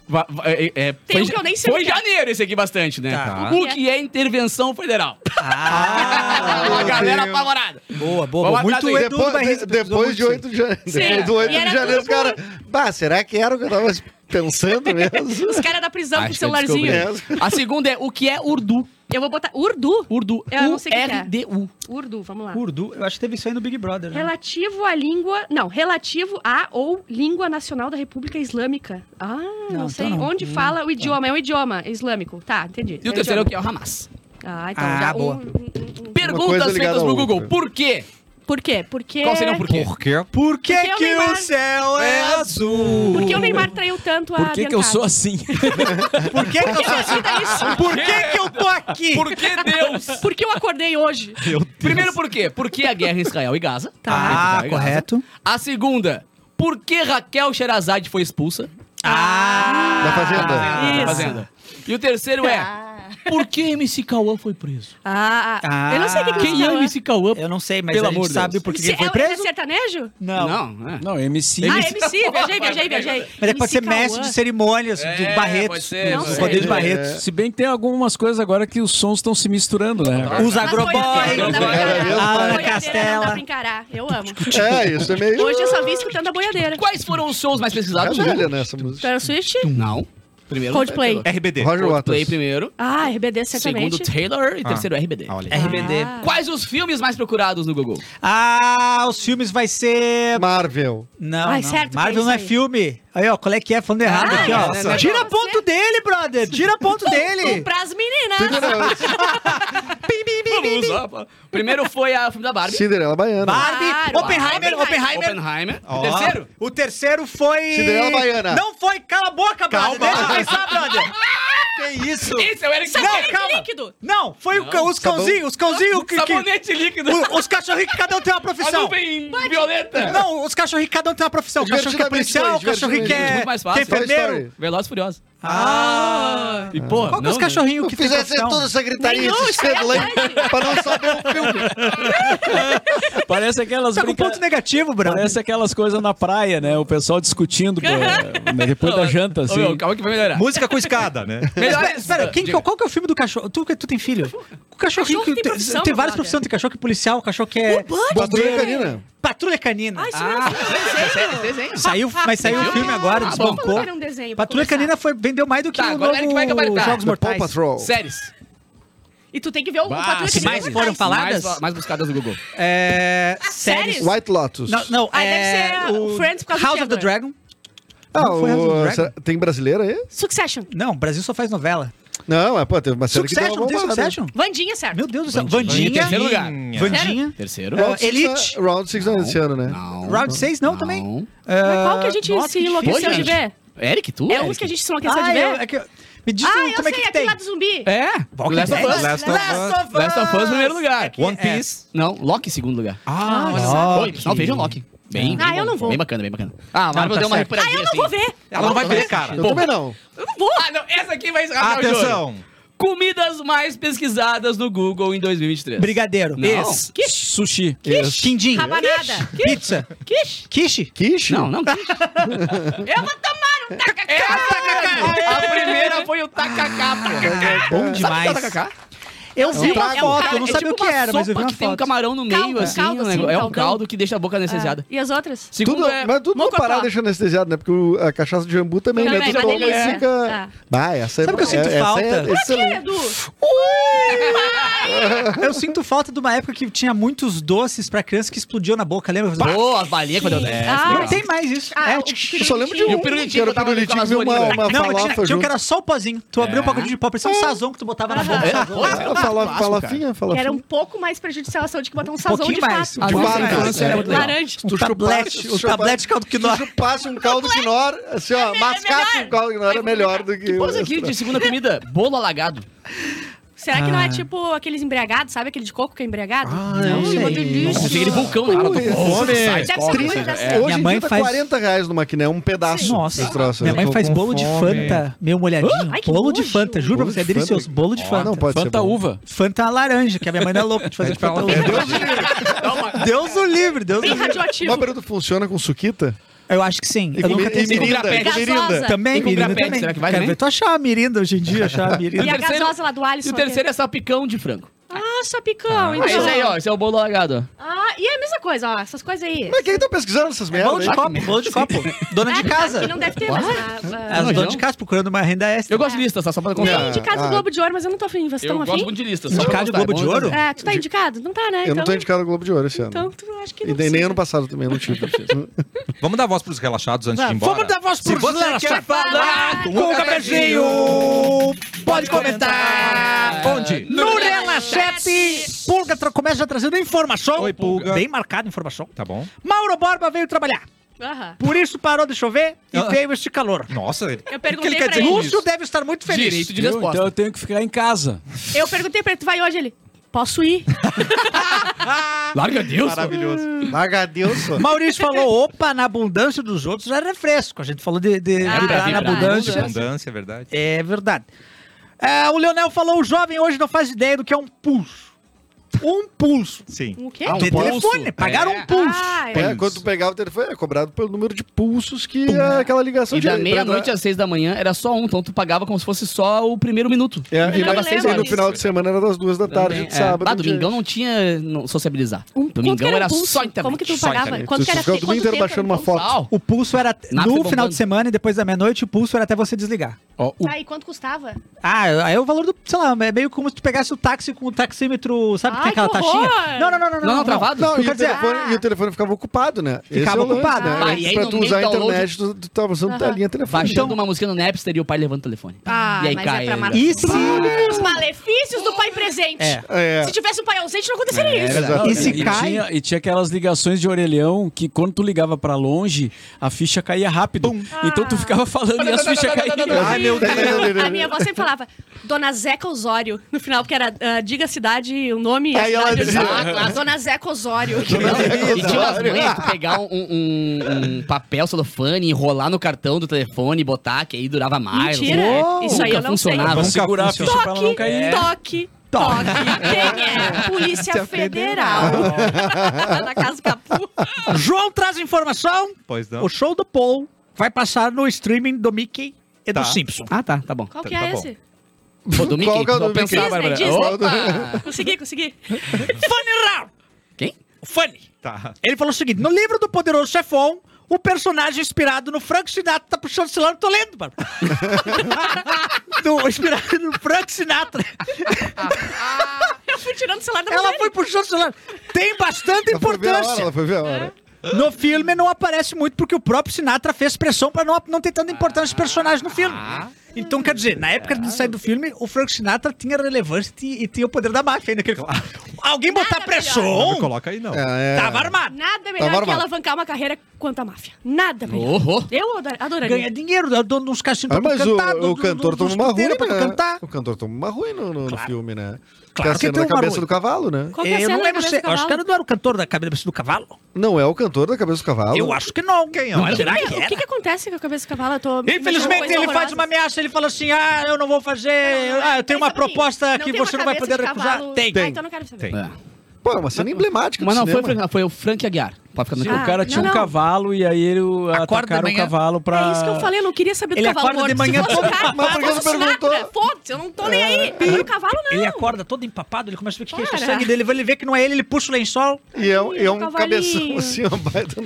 Va- va- é- é- Tem foi um que eu nem sei foi o que é. janeiro esse aqui bastante, né? Tá. O que é intervenção federal? Ah. a galera Deus. apavorada. Boa, boa. Vamos boa. Muito atrás Edu do Depois, Barris, de- tu precisou depois muito de 8 de janeiro, Sim. depois do 8 E era de janeiro, os tudo caras. Bah, será que era o que eu tava pensando mesmo? Os caras da prisão com o Acho que eu celularzinho. descobri. descobri. A segunda é o que é urdu? Eu vou botar. Urdu? Urdu. Eu não sei o que que é. U-R-D-U. Urdu, vamos lá. Urdu, eu acho que teve isso aí no Big Brother. Né? Relativo à língua. Não, relativo a ou língua nacional da República Islâmica. Ah, não, então sei. não. Onde fala o idioma? É um idioma islâmico. Tá, entendi. E o terceiro é o que é o Hamas. Ah, então Ah, já. boa. Um, um, um. coisa Perguntas ligada feitas à pro outra. Google. Por quê? Por quê? Porque. Qual seria o porquê? Por quê? Por que, Porque o que o Neymar- céu é azul? Por que o Neymar traiu tanto a Por que, que eu Biancardi? sou assim? Por que, que eu sou assim? Pergunta isso. Por que, que eu tô aqui? Por que Deus? Por que eu acordei hoje? Primeiro por quê? Por que a guerra em Israel e Gaza? Ah, Israel e Gaza. correto. A segunda, por que Raquel Sherazade foi expulsa? Ah, Ah, Da Fazenda. Da Isso. Fazenda. E o terceiro é, Ah, por que MC Cauã foi preso? ah, ah. Eu não sei o que, que Quem é isso tá- MC Cauã? Eu não sei, mas Pelo a gente amor de Deus. sabe por que que Se ele foi é- é preso? sertanejo? Não, é. Não, MC. Ah, MC, viajei, viajei, viajei. Mas é que pode ser MC mestre Cauã. de cerimônias É, do Barretos. pode ser, Não do sei. poder de É. Barretos. Se bem que tem algumas coisas agora que os sons estão se misturando, né? Os Mas foi agroboys, a a da Era boiadeira. mesmo? A Ana boiadeira Não dá Castela. pra encarar. Eu amo. É, isso é meio. Hoje eu só vi escutando a boiadeira. Quais foram os shows mais É pesquisados no velha Google? nessa música. Taylor Swift? Não. Primeiro é, Coldplay. RBD. Roger Coldplay Waters. primeiro. Ah, RBD Segundo certamente. Taylor e terceiro RBD. Olha aí. RBD. Ah. Quais os filmes mais procurados no Google? Ah, os filmes vai ser. Marvel. Não, Ai, não. certo que Marvel é não é isso aí. filme. Aí, ó, qual é que é? Falando errado Ah, aqui, ó. é, né, né, Tira você- ponto dele, brother. Tira ponto Um dele. pras meninas. Vamos lá, pá. Primeiro foi a o filme da Barbie. Cinderela Baiana. Barbie. Claro. Oppenheimer, Oppenheimer. Oppenheimer. Oppenheimer. Ó, Terceiro? O terceiro foi. Cinderela Baiana. Não foi. Cala a boca, brother. Deixa eu pensar, brother. Que isso? Esse é o Eric Não, Saber. calma. Tá líquido. Não, foi o ca- os sabão. cãozinhos. Os cãozinhos que. que- Sabonete líquido. o- Os cachorrinhos que cada um tem uma A profissão. nuvem violeta. Não, os cachorrinhos, cada um tem uma profissão. O cachorro que é Divertidamente policial, o dois, cachorrinho que é, Muito mais que é fácil. Toy enfermeiro. Story. Veloz e Furioso. Ah! E, pô, Qual que é não, os cachorrinhos que Que tem fizesse profissão? toda essa gritaria Nenhum, esse isso é cedo lá verdade. pra não saber o filme. Parece aquelas Tá com brinca- ponto negativo, Bruno. Parece aquelas coisas na praia, né? O pessoal discutindo pra- né, depois da janta, Ô, assim. meu, calma que vai melhorar. Música com escada, né? Espera, espera, quem, Diga. qual que é o filme do cachorro? Tu, que- tu tem filho? O cachorrinho Cachorro tem que tem, profissão, tem várias meu brother. profissões. Tem cachorro que é policial, cachorro que é... Patrulha Canina. Patrulha canina. Ah, isso não é Saiu, mas saiu o filme agora, Ah, bom. desbancou. um desenho pra Patrulha começar. canina foi, vendeu mais do que Tá, o agora novo ele que vai gabaritar. Jogos The Paw Mortais. Patrol. Séries. E tu tem que ver o É Bah, Patrulha se Canina. mais Não foram faz. faladas? Mais, mais buscadas no Google. É... séries? Séries. White Lotus. Não, não Ah, é... deve ser o Friends por causa do House of the Chandler. Dragon. Ah, Não foi House of the o, Dragon? será- tem brasileira aí? Succession. Não, o Brasil só faz novela. Não, é, pô, teve uma série que deu Succession, uma não tem bombada. Succession? Vandinha, certo? Meu Deus do céu. Em Vandinha. terceiro lugar. Vandinha. Terceiro. É, Round six Elite. é- Round 6 não esse ano, né? Não. Round 6 não, Não. também. Mas qual que a gente Ah, nossa, se que enlouqueceu Pô, de gente. ver? Eric, tu? É Eric? uns que a gente se enlouqueceu de Ah, eu, ver? é que, me diz Ah, eu como é sei, que aquele tem. lá do zumbi. É. Walking Last of Dead. Us. Last of Us. Last of Us, primeiro lugar. One É. Piece. Não, Loki, segundo lugar. Ah, olha só. Oi, pessoal, vejam Loki. Bem, Ah, bem eu bom. não vou. Bem bacana, bem bacana. Ah, a Marvel tá deu uma certo. Ah, reparadinha eu não vou assim. ver. Ela não vai ver, cara. Eu também não. Eu não vou. Ah, não, essa aqui vai rasgar o jogo. Atenção. Comidas mais pesquisadas no Google em 2023. Brigadeiro. Não. Esse. Que Sushi. Quiche. Quindim. rabanada. Pizza. Quiche. Quiche. Quiche? Não, não. Eu vou tomar um tacacá. É, a primeira foi o tacacá. tacacá. É. Bom demais. Eu vi uma trago. foto, eu É não sabia tipo o que uma era, mas eu sopa vi uma que tem um foto. camarão no meio, Caldo, assim. caldo, um assim, negócio- é um caldão. caldo que deixa a boca anestesiada. Ah, E as outras? Segundo Tudo, é... mas tudo não Mocotó. parar deixando anestesiado, né? Porque o- a cachaça de jambu também, Também, né? Tu mas toma e delícia. fica... Tá. Bah, essa é... Sabe o que eu sinto é- essa falta? É, Pra Pra quê, excelente. Edu? Eu sinto falta de uma época que tinha muitos doces pra criança que explodiam na boca, lembra? Boa, as balinhas quando eu Ah, Não tem mais isso. Ah, É, o tch- eu só lembro de pirulitinho. E um o pirulitinho que era o botava ali, pirulitinho que aquela vinha uma, zoa ali. uma Não, mas farofa tinha, tinha um junto. que era só o pozinho. Tu É. abriu um pacotinho de pó, parecia um sazon que tu botava na boca. É, Sazon. Ah, fala- Falafinha, Que era falafinha. um pouco mais prejudicial a saúde que botar um sazão pouquinho de mais. fato. De nossa vários. infância era É. muito legal. Laranja. O chupasse- tablete, o chupasse- tablete caldo que nós... Se tu passa um caldo que nor, assim, ó, mascasse melhor. um caldo que nor é melhor do que... Vamos aqui de segunda comida, bolo alagado. Será que não é tipo aqueles embriagados, sabe? Aquele de coco que é embriagado? não Ui, uma sei. delícia. Nossa, achei aquele vulcão, né? Ela Ui, tocou. Homem. Deve ser coisa Trinta- dessa. Hoje Minha em mãe dia tá faz- 40 reais no maquiné, um pedaço. Sim. Nossa. desse troço aí. Minha mãe tô faz com bolo fome. de Fanta, meio molhadinho. Ai, que bolo de nojo. Fanta, juro pra Bolo você, é de Fanta. Ah, delicioso. Bolo de Fanta. Não pode ser Fanta bom. uva. Fanta tá laranja, que a minha mãe não é louca de fazer de Fanta uva. Deus o livre, Deus o Bem livre. radioativo. Roberto, funciona com suquita? Eu acho que sim. E eu com nunca mi- e testei. mirinda, e com Gasosa. mirinda. Também, E com mirinda grapete, também. será que vai Quero também? ver tu achar a mirinda hoje em dia, achar a mirinda. E a gasosa lá do Alisson. E o terceiro é salpicão de frango. Ah, sapicão, Ah, então. esse aí, ó. Esse é o bolo largado, ó. Ah, e é a mesma coisa, ó. Essas coisas aí. Mas quem tá pesquisando essas Bolo merdas? de hein? copo, bolo é, de copo. Dona de casa. tá Aqui não deve ter, mas... As ah, Não, donas não. de casa procurando uma renda extra. Eu gosto de listas, tá? Só pra ah, constar. Tem indicado ah. o Globo de Ouro, mas eu não tô afim. Vocês Eu estão gosto afim? muito de listas. só pra Indicado de constar, Globo é de bom ouro? dizer. É, tu tá indicado? Não tá, né? Eu não tô Então- indicado ao Globo de Ouro esse ano. Então, tu acho que E não nem, nem precisa. ano passado também, não tive. Vamos dar voz pros relaxados antes de ir embora? Vamos dar voz Se pro você Zé, quer falar com o cafezinho, pode comentar. Onde? No Relaxete, Pulga tra- começa trazendo informação. Oi, Pulga. Bem marcada a informação. Tá bom. Mauro Borba veio trabalhar. Aham. Por isso parou de chover e Ah. veio este calor. Nossa, ele... Eu O que perguntei ele quer pra dizer ele. com isso? Lúcio deve estar muito feliz. Direito de Entendeu? resposta. Então eu tenho que ficar em casa. Eu perguntei pra ele, tu vai hoje? Ele, posso ir? Larga Deus. Maravilhoso. Larga Deus, só. Maurício falou: opa, na abundância dos outros era refresco. A gente falou de, de Ah, vibrar vibrar. na abundância. Abundância, é verdade. É verdade. Ah, o Leonel falou: o jovem hoje não faz ideia do que é um pulso. Um pulso. Sim. O quê? Ah, um de pulso? telefone, pagaram um pulso. Ah, é. É, quando tu pegava o telefone, é cobrado pelo número de pulsos que é aquela ligação né? E de da meia-noite às seis da manhã era só um, então tu pagava como se fosse só o primeiro minuto. É, e, Eu na- não lembro e no disso. final de semana era das duas da tarde, Também, de é. sábado. Ah, dia. domingão não tinha não, sociabilizar. Um- quanto que domingão um era pulso? só internet. Como que tu Só pagava? internet. Quanto que Tu era ficava o quanto domingo inteiro tempo baixando uma era um foto. Total. O pulso era Nada no bombando. final de semana e depois da meia-noite, o pulso era até você desligar. Ó, o Tá, e quanto custava? Ah, aí é o valor do. Sei lá, é meio como se tu pegasse o táxi com o taxímetro, sabe que tem Ai, aquela que taxinha? horror! Não, não, não, não. Não, não, travado? Não, Tu e quer o, dizer, telefone, e o telefone ficava ocupado, né? Esse Ficava é o lance, ocupado. Né? Ah, e Antes, aí pra no tu meio usar a do download- internet, tu, tu tava usando a linha telefônica. Então- Baixando uma música no Napster e o pai levando o telefone. Ah, e aí mas cai. é pra ele. matar. e se, Os malefícios do pai presente. É. É. Se tivesse um pai ausente, não É, aconteceria isso. exato. Não, E se e cai? Tinha, e tinha aquelas ligações de orelhão que quando tu ligava pra longe, a ficha caía rápido. Então tu ficava falando e as fichas caíam. Ai, meu Deus. A minha avó sempre falava, Dona Zeca Osório, no final, porque era ah, diga a cidade, o nome e a Aí ela cidade. dizia- Ah, claro, Dona Zeca Osório. E é tinha umas manhas de tu pegar um, um- um- um papel celofane, enrolar no cartão do telefone e botar, que aí durava mais. Mentira, Uou, isso aí eu nunca não sei. funcionava. Nunca segurar a funcionou. ficha pra ela não Toque, É. cair. toque, toque. Quem é? Polícia Federal. Tá na Casa Capu. João traz informação: Pois não. o show do Paul vai passar no streaming do Mickey e Tá. do Simpson. Ah, tá, tá bom. Qual que Tá é bom. esse? Pô, do Mickey, Qual que é o vou do pensar, Mickey? Bárbara. Disney, Disney. Opa! Consegui, consegui. Funny Round! Quem? Funny! Tá. Ele falou o seguinte: no livro do Poderoso Chefão, o personagem inspirado no Frank Sinatra tá puxando o celular, eu tô lendo, mano. no, inspirado no Frank Sinatra. Eu fui tirando o celular da Ela mulher. foi puxando o celular. Tem bastante Ela foi ver a hora, importância. ela foi ver a hora. No filme não aparece muito porque o próprio Sinatra fez pressão pra não, não ter tanta importância de personagem no filme. Ah. Então, quer dizer, na época de sair do filme, o Frank Sinatra tinha relevância e, e tinha o poder da máfia ainda. Que ele... Alguém botar Nada Não me pressão, coloca aí, não. É, é. tava armado. Nada Tava melhor que armado. alavancar uma carreira quanto a máfia. Nada melhor. Oh, Eu ador- adoraria. Ganha dinheiro, é dono de uns cassinos Ah, pra tu mas o, cantar, do- o do- cantor dos toma uma ruim, puteiros pra tu né? cantar. O cantor toma uma ruim no, no- no filme, né? Claro Claro que que tem a uma cabeça ruim. do cavalo, né? Qual que é Eu a cena não da lembro cabeça se. do Eu acho que cavalo? ele não era o cantor da cabeça do cavalo. Não é o cantor da cabeça do cavalo? Eu acho que não. Quem é O não que Será que- que O que, que era? acontece com a cabeça do cavalo? Eu tô mexendo com Infelizmente, coisas ele faz horrorosas. uma ameaça, ele fala assim: ah, eu não vou fazer. Não, não, Ah, eu tenho uma pensa pra mim. proposta que assim, tem uma você não vai cabeça poder de recusar. cavalo? Tem. Ah, então não quero saber. Tem. É. Pô, é uma cena emblemática Mas do não, foi, o cinema. Frank- foi o Frank Aguiar. Pode ficar o Ah, tranquilo. cara não, tinha não. um cavalo e aí ele uh, Acorda atacaram de o manhã. cavalo pra. É isso que eu falei, eu não queria saber do Ele cavalo acorda de morto. manhã Se fosse todo- É. o cara, Mas por que fosse você o Sinatra, perguntou? né? Foda-se, eu não tô nem aí. O cavalo não. Ele acorda todo empapado, ele começa a ver o que que é isso. Para. O sangue dele, ele vê que não é ele, ele puxa o lençol. E é, um- e é Ih, o um cabeção cavalinho. assim, ó, baita.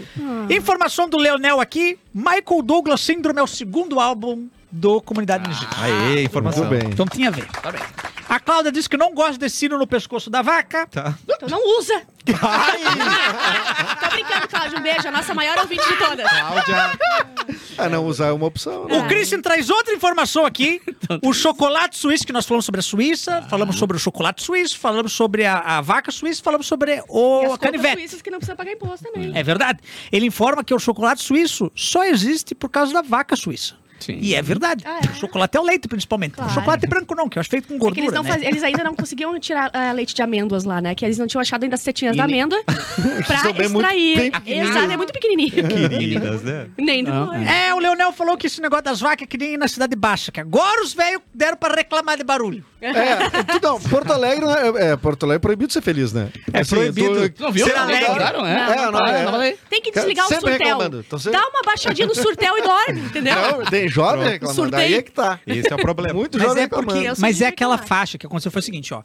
Informação do Leonel aqui: Michael Douglas Syndrome é o segundo álbum do Comunidade Energia. Aê, informação. Muito bem. Então tinha a ver. Tá bem. A Cláudia disse que não gosta de sino no pescoço da vaca. Tá. Então não usa. tô brincando, Cláudio. Um beijo. A nossa maior ouvinte de todas. Ah, não usar é uma opção. O Né? Christian traz outra informação aqui. o chocolate suíço, que nós falamos sobre a Suíça, falamos sobre o chocolate suíço, falamos sobre a, a vaca suíça, falamos sobre E o as contas canivete. suíças que não precisa pagar imposto também. É verdade. Ele informa que o chocolate suíço só existe por causa da vaca suíça. Sim. E é verdade. Ah, é? O chocolate é o leite, principalmente. Claro. O chocolate branco não, que eu acho feito com É que eles, gordura, não né? faz- eles ainda não conseguiam tirar ah, leite de amêndoas lá, né? Que eles não tinham achado ainda as tetinhas da amêndoa pra são bem muito- bem extrair. pequenininhas. Exato, é muito pequenininho. Queridas, né? Nem Não, depois. É, o Leonel falou que esse negócio das vacas é que nem na Cidade Baixa, que agora os velhos deram pra reclamar de barulho. É, tu não, Porto Alegre, né, é, é, Porto Alegre é proibido ser feliz, né? É proibido. Tu não viu? Será Não, legal? mudaram, é? É, não, é. Não, falei. Tem que Cara, desligar o sempre surtel. reclamando. Então Tô sempre- Dá uma baixadinha no surtel e dorme, entendeu? Não, tem jovem reclamando, Surtei. daí é que tá. Esse é o problema. Muito Mas jovem é porque- reclamando. Eu sou mas de é aquela reclamar. faixa que aconteceu foi o seguinte, ó.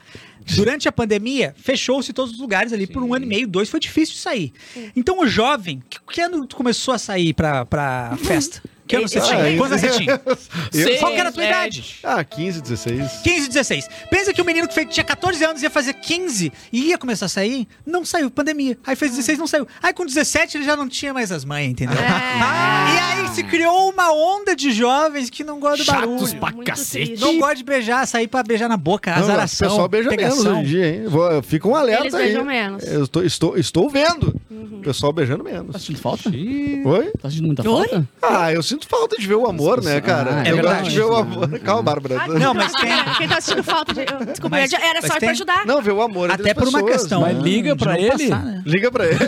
Durante a pandemia, fechou-se todos os lugares ali por um ano e meio, dois, foi difícil de sair. Então o jovem, que, que ano tu começou a sair pra, pra festa? Que ano você Ah, tinha? isso- Quantos anos você tinha? Eu- Qual que era a tua Seis, idade? Ah, 15, 16. 15, 16. Pensa que o menino que fez- tinha 14 anos ia fazer 15 e ia começar a sair, não saiu, pandemia. Aí fez 16, não saiu. Aí com 17 ele já não tinha mais as mães, entendeu? É. E aí se criou uma onda de jovens que não gosta do barulho. Muito triste. Não gosta de beijar, sair pra beijar na boca, Não, azaração. O pessoal beija pegação. menos hoje em dia, hein? Vou- Fica um alerta Eles aí. beijam menos. Uhum. Eu estou, estou, estou vendo o pessoal beijando menos. Tá sentindo falta? Oi? Tá sentindo muita falta? Ah, eu sinto falta de ver o amor, né, cara? Ah, é eu gosto verdade. de ver o amor. Calma, Bárbara. Ah, Não, mas tem- Quem tá assistindo falta de. eu- Desculpa, Mas- eu- era mas só tem- pra ajudar. Não, ver o amor entre Até as por uma pessoas, questão. né? Mas liga de pra não ele. passar, né? Liga pra ele.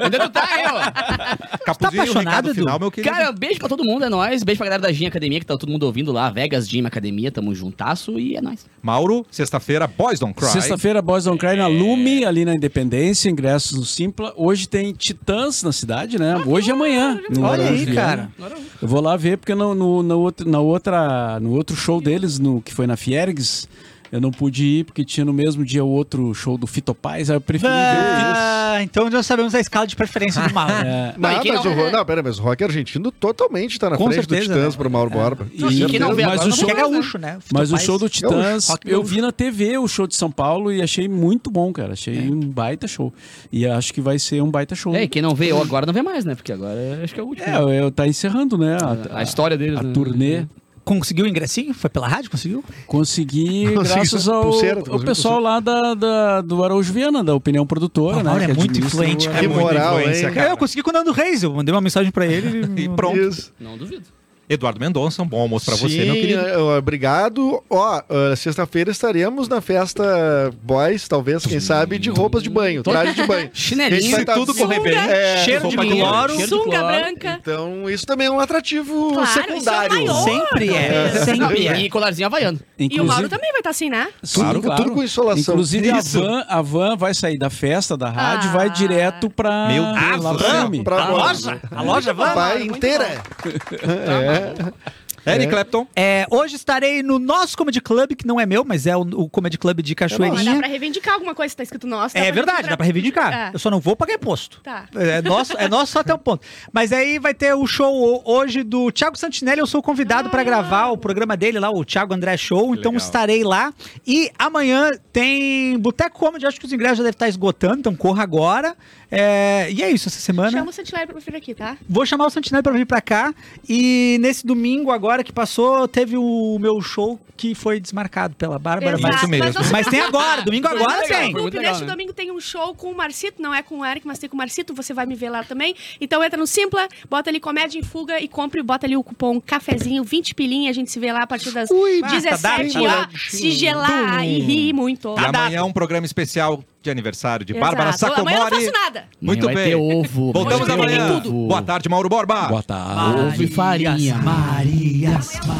Ainda tu tá aí, ó. Capuzinho, apaixonado, recado Edu? final, meu querido. Cara, beijo pra todo mundo, é nóis. Beijo pra galera da Gym Academia, que tá todo mundo ouvindo lá. Vegas Gym Academia, tamo juntasso e é nóis. Mauro, sexta-feira, Boys Don't Cry. Sexta-feira, Boys Don't É. Cry na Lume, ali na Independência, ingressos no Simpla. Hoje tem Titãs na cidade, né? Hoje e amanhã. no Ah, Olha aí, Araújo cara. Viana. Eu vou lá ver, porque no, no, na outra, na outra, no outro show deles, no, que foi na Fiergs, eu não pude ir, porque tinha no mesmo dia o outro show do Fito Paz, aí eu preferi ver o Fito. Ah, então já sabemos a escala de preferência do mal. né? É, Não, e quem mas não- né? o rock, não, pera, mas o rock argentino totalmente tá na Com frente do certeza, Titãs né? pro Mauro Borba. e- É. e quem não vê mas agora o não show, Porque é vê. gaúcho, né? Fito mas o Paz. show do Titãs, rock eu gaúcho. vi na TV o show de São Paulo e achei muito bom, cara. Achei É. um baita show. E acho que vai ser um baita show. É, e quem não vê eu agora não vê mais, né? Porque agora acho que é o último. É, eu, eu- tá encerrando, né? A, a história deles, a né? turnê. Conseguiu o ingressinho? Foi pela rádio? Conseguiu? Consegui, Conseguiu graças ao, pulseira, tu ao conseguiu pessoal lá da, da- do Araújo Viana, da Opinião Produtora, O né? Mauro é que muito administra influente, o- Que cara. muita moral, influência, hein? cara. É, eu consegui com o Nando Reis. Eu mandei uma mensagem pra ele. ele- E pronto. Isso. Não duvido. Eduardo Mendonça, um bom almoço pra você, Sim, meu querido. eh, Obrigado. Ó, eh, sexta-feira estaremos na festa Boys, talvez, quem sabe, de roupas de banho, traje de banho. Quem Chinelinho. vai tá- tudo correr bem, É, cheiro de roupa de cloro. cheiro de Sunga cloro. branca. Então, isso também é um atrativo Claro, isso é secundário. maior. Sempre é. Sempre E, é. e colarzinho havaiano. E o Mauro Inclusive, também vai estar assim, né? tudo, Claro, tudo com insolação. Inclusive, a Isso. van, a van vai sair da festa, da rádio, vai Ah. direto pra... Meu Deus, lá a pro van? filme. Pra A Tá. loja? A loja vai? Vai Muito inteira. Eric Clapton. É, hoje estarei no nosso Comedy Club, que não é meu, mas é o, o Comedy Club de Mas dá Cachoeirinha. pra reivindicar alguma coisa que tá escrito nosso. É verdade, dá pra reivindicar. Eu só não vou pagar imposto. É, Tá. É nosso, é nosso só até um ponto. Mas aí vai ter o show ho- hoje do Thiago Santinelli. Eu sou convidado pra gravar o programa dele lá, o Thiago André Show. então legal. estarei lá. E amanhã tem Boteco Comedy. Acho que os ingressos já devem estar esgotando, então corra agora. É, e é isso essa semana. Chama o Santinelli pra vir aqui, tá? Vou chamar o Santinelli pra vir pra cá. E nesse domingo agora que passou, teve o meu show que foi desmarcado pela Bárbara. Exato. Mas, isso mesmo. não se mas tem agora, domingo Foi muito agora legal, tem. foi muito Desculpe, legal, neste né? domingo tem um show com o Marcito, não é com o Eric, mas tem com o Marcito, você vai me ver lá também. Então entra no Simpla, bota ali Comédia em Fuga e compre, bota ali o cupom cafezinho, 20 pilinha, a gente se vê lá a partir das Ui, tá 17 dado, e ó, moleque. se gelar e rir muito. E amanhã um programa especial de aniversário de Exato. Bárbara Amanhã eu não Sacomori. faço nada. Muito Vai ter bem. ovo. Voltamos vai ter amanhã. ovo. Boa tarde, Mauro Borba. Boa tarde. Ovo e farinha. Marias, Marias.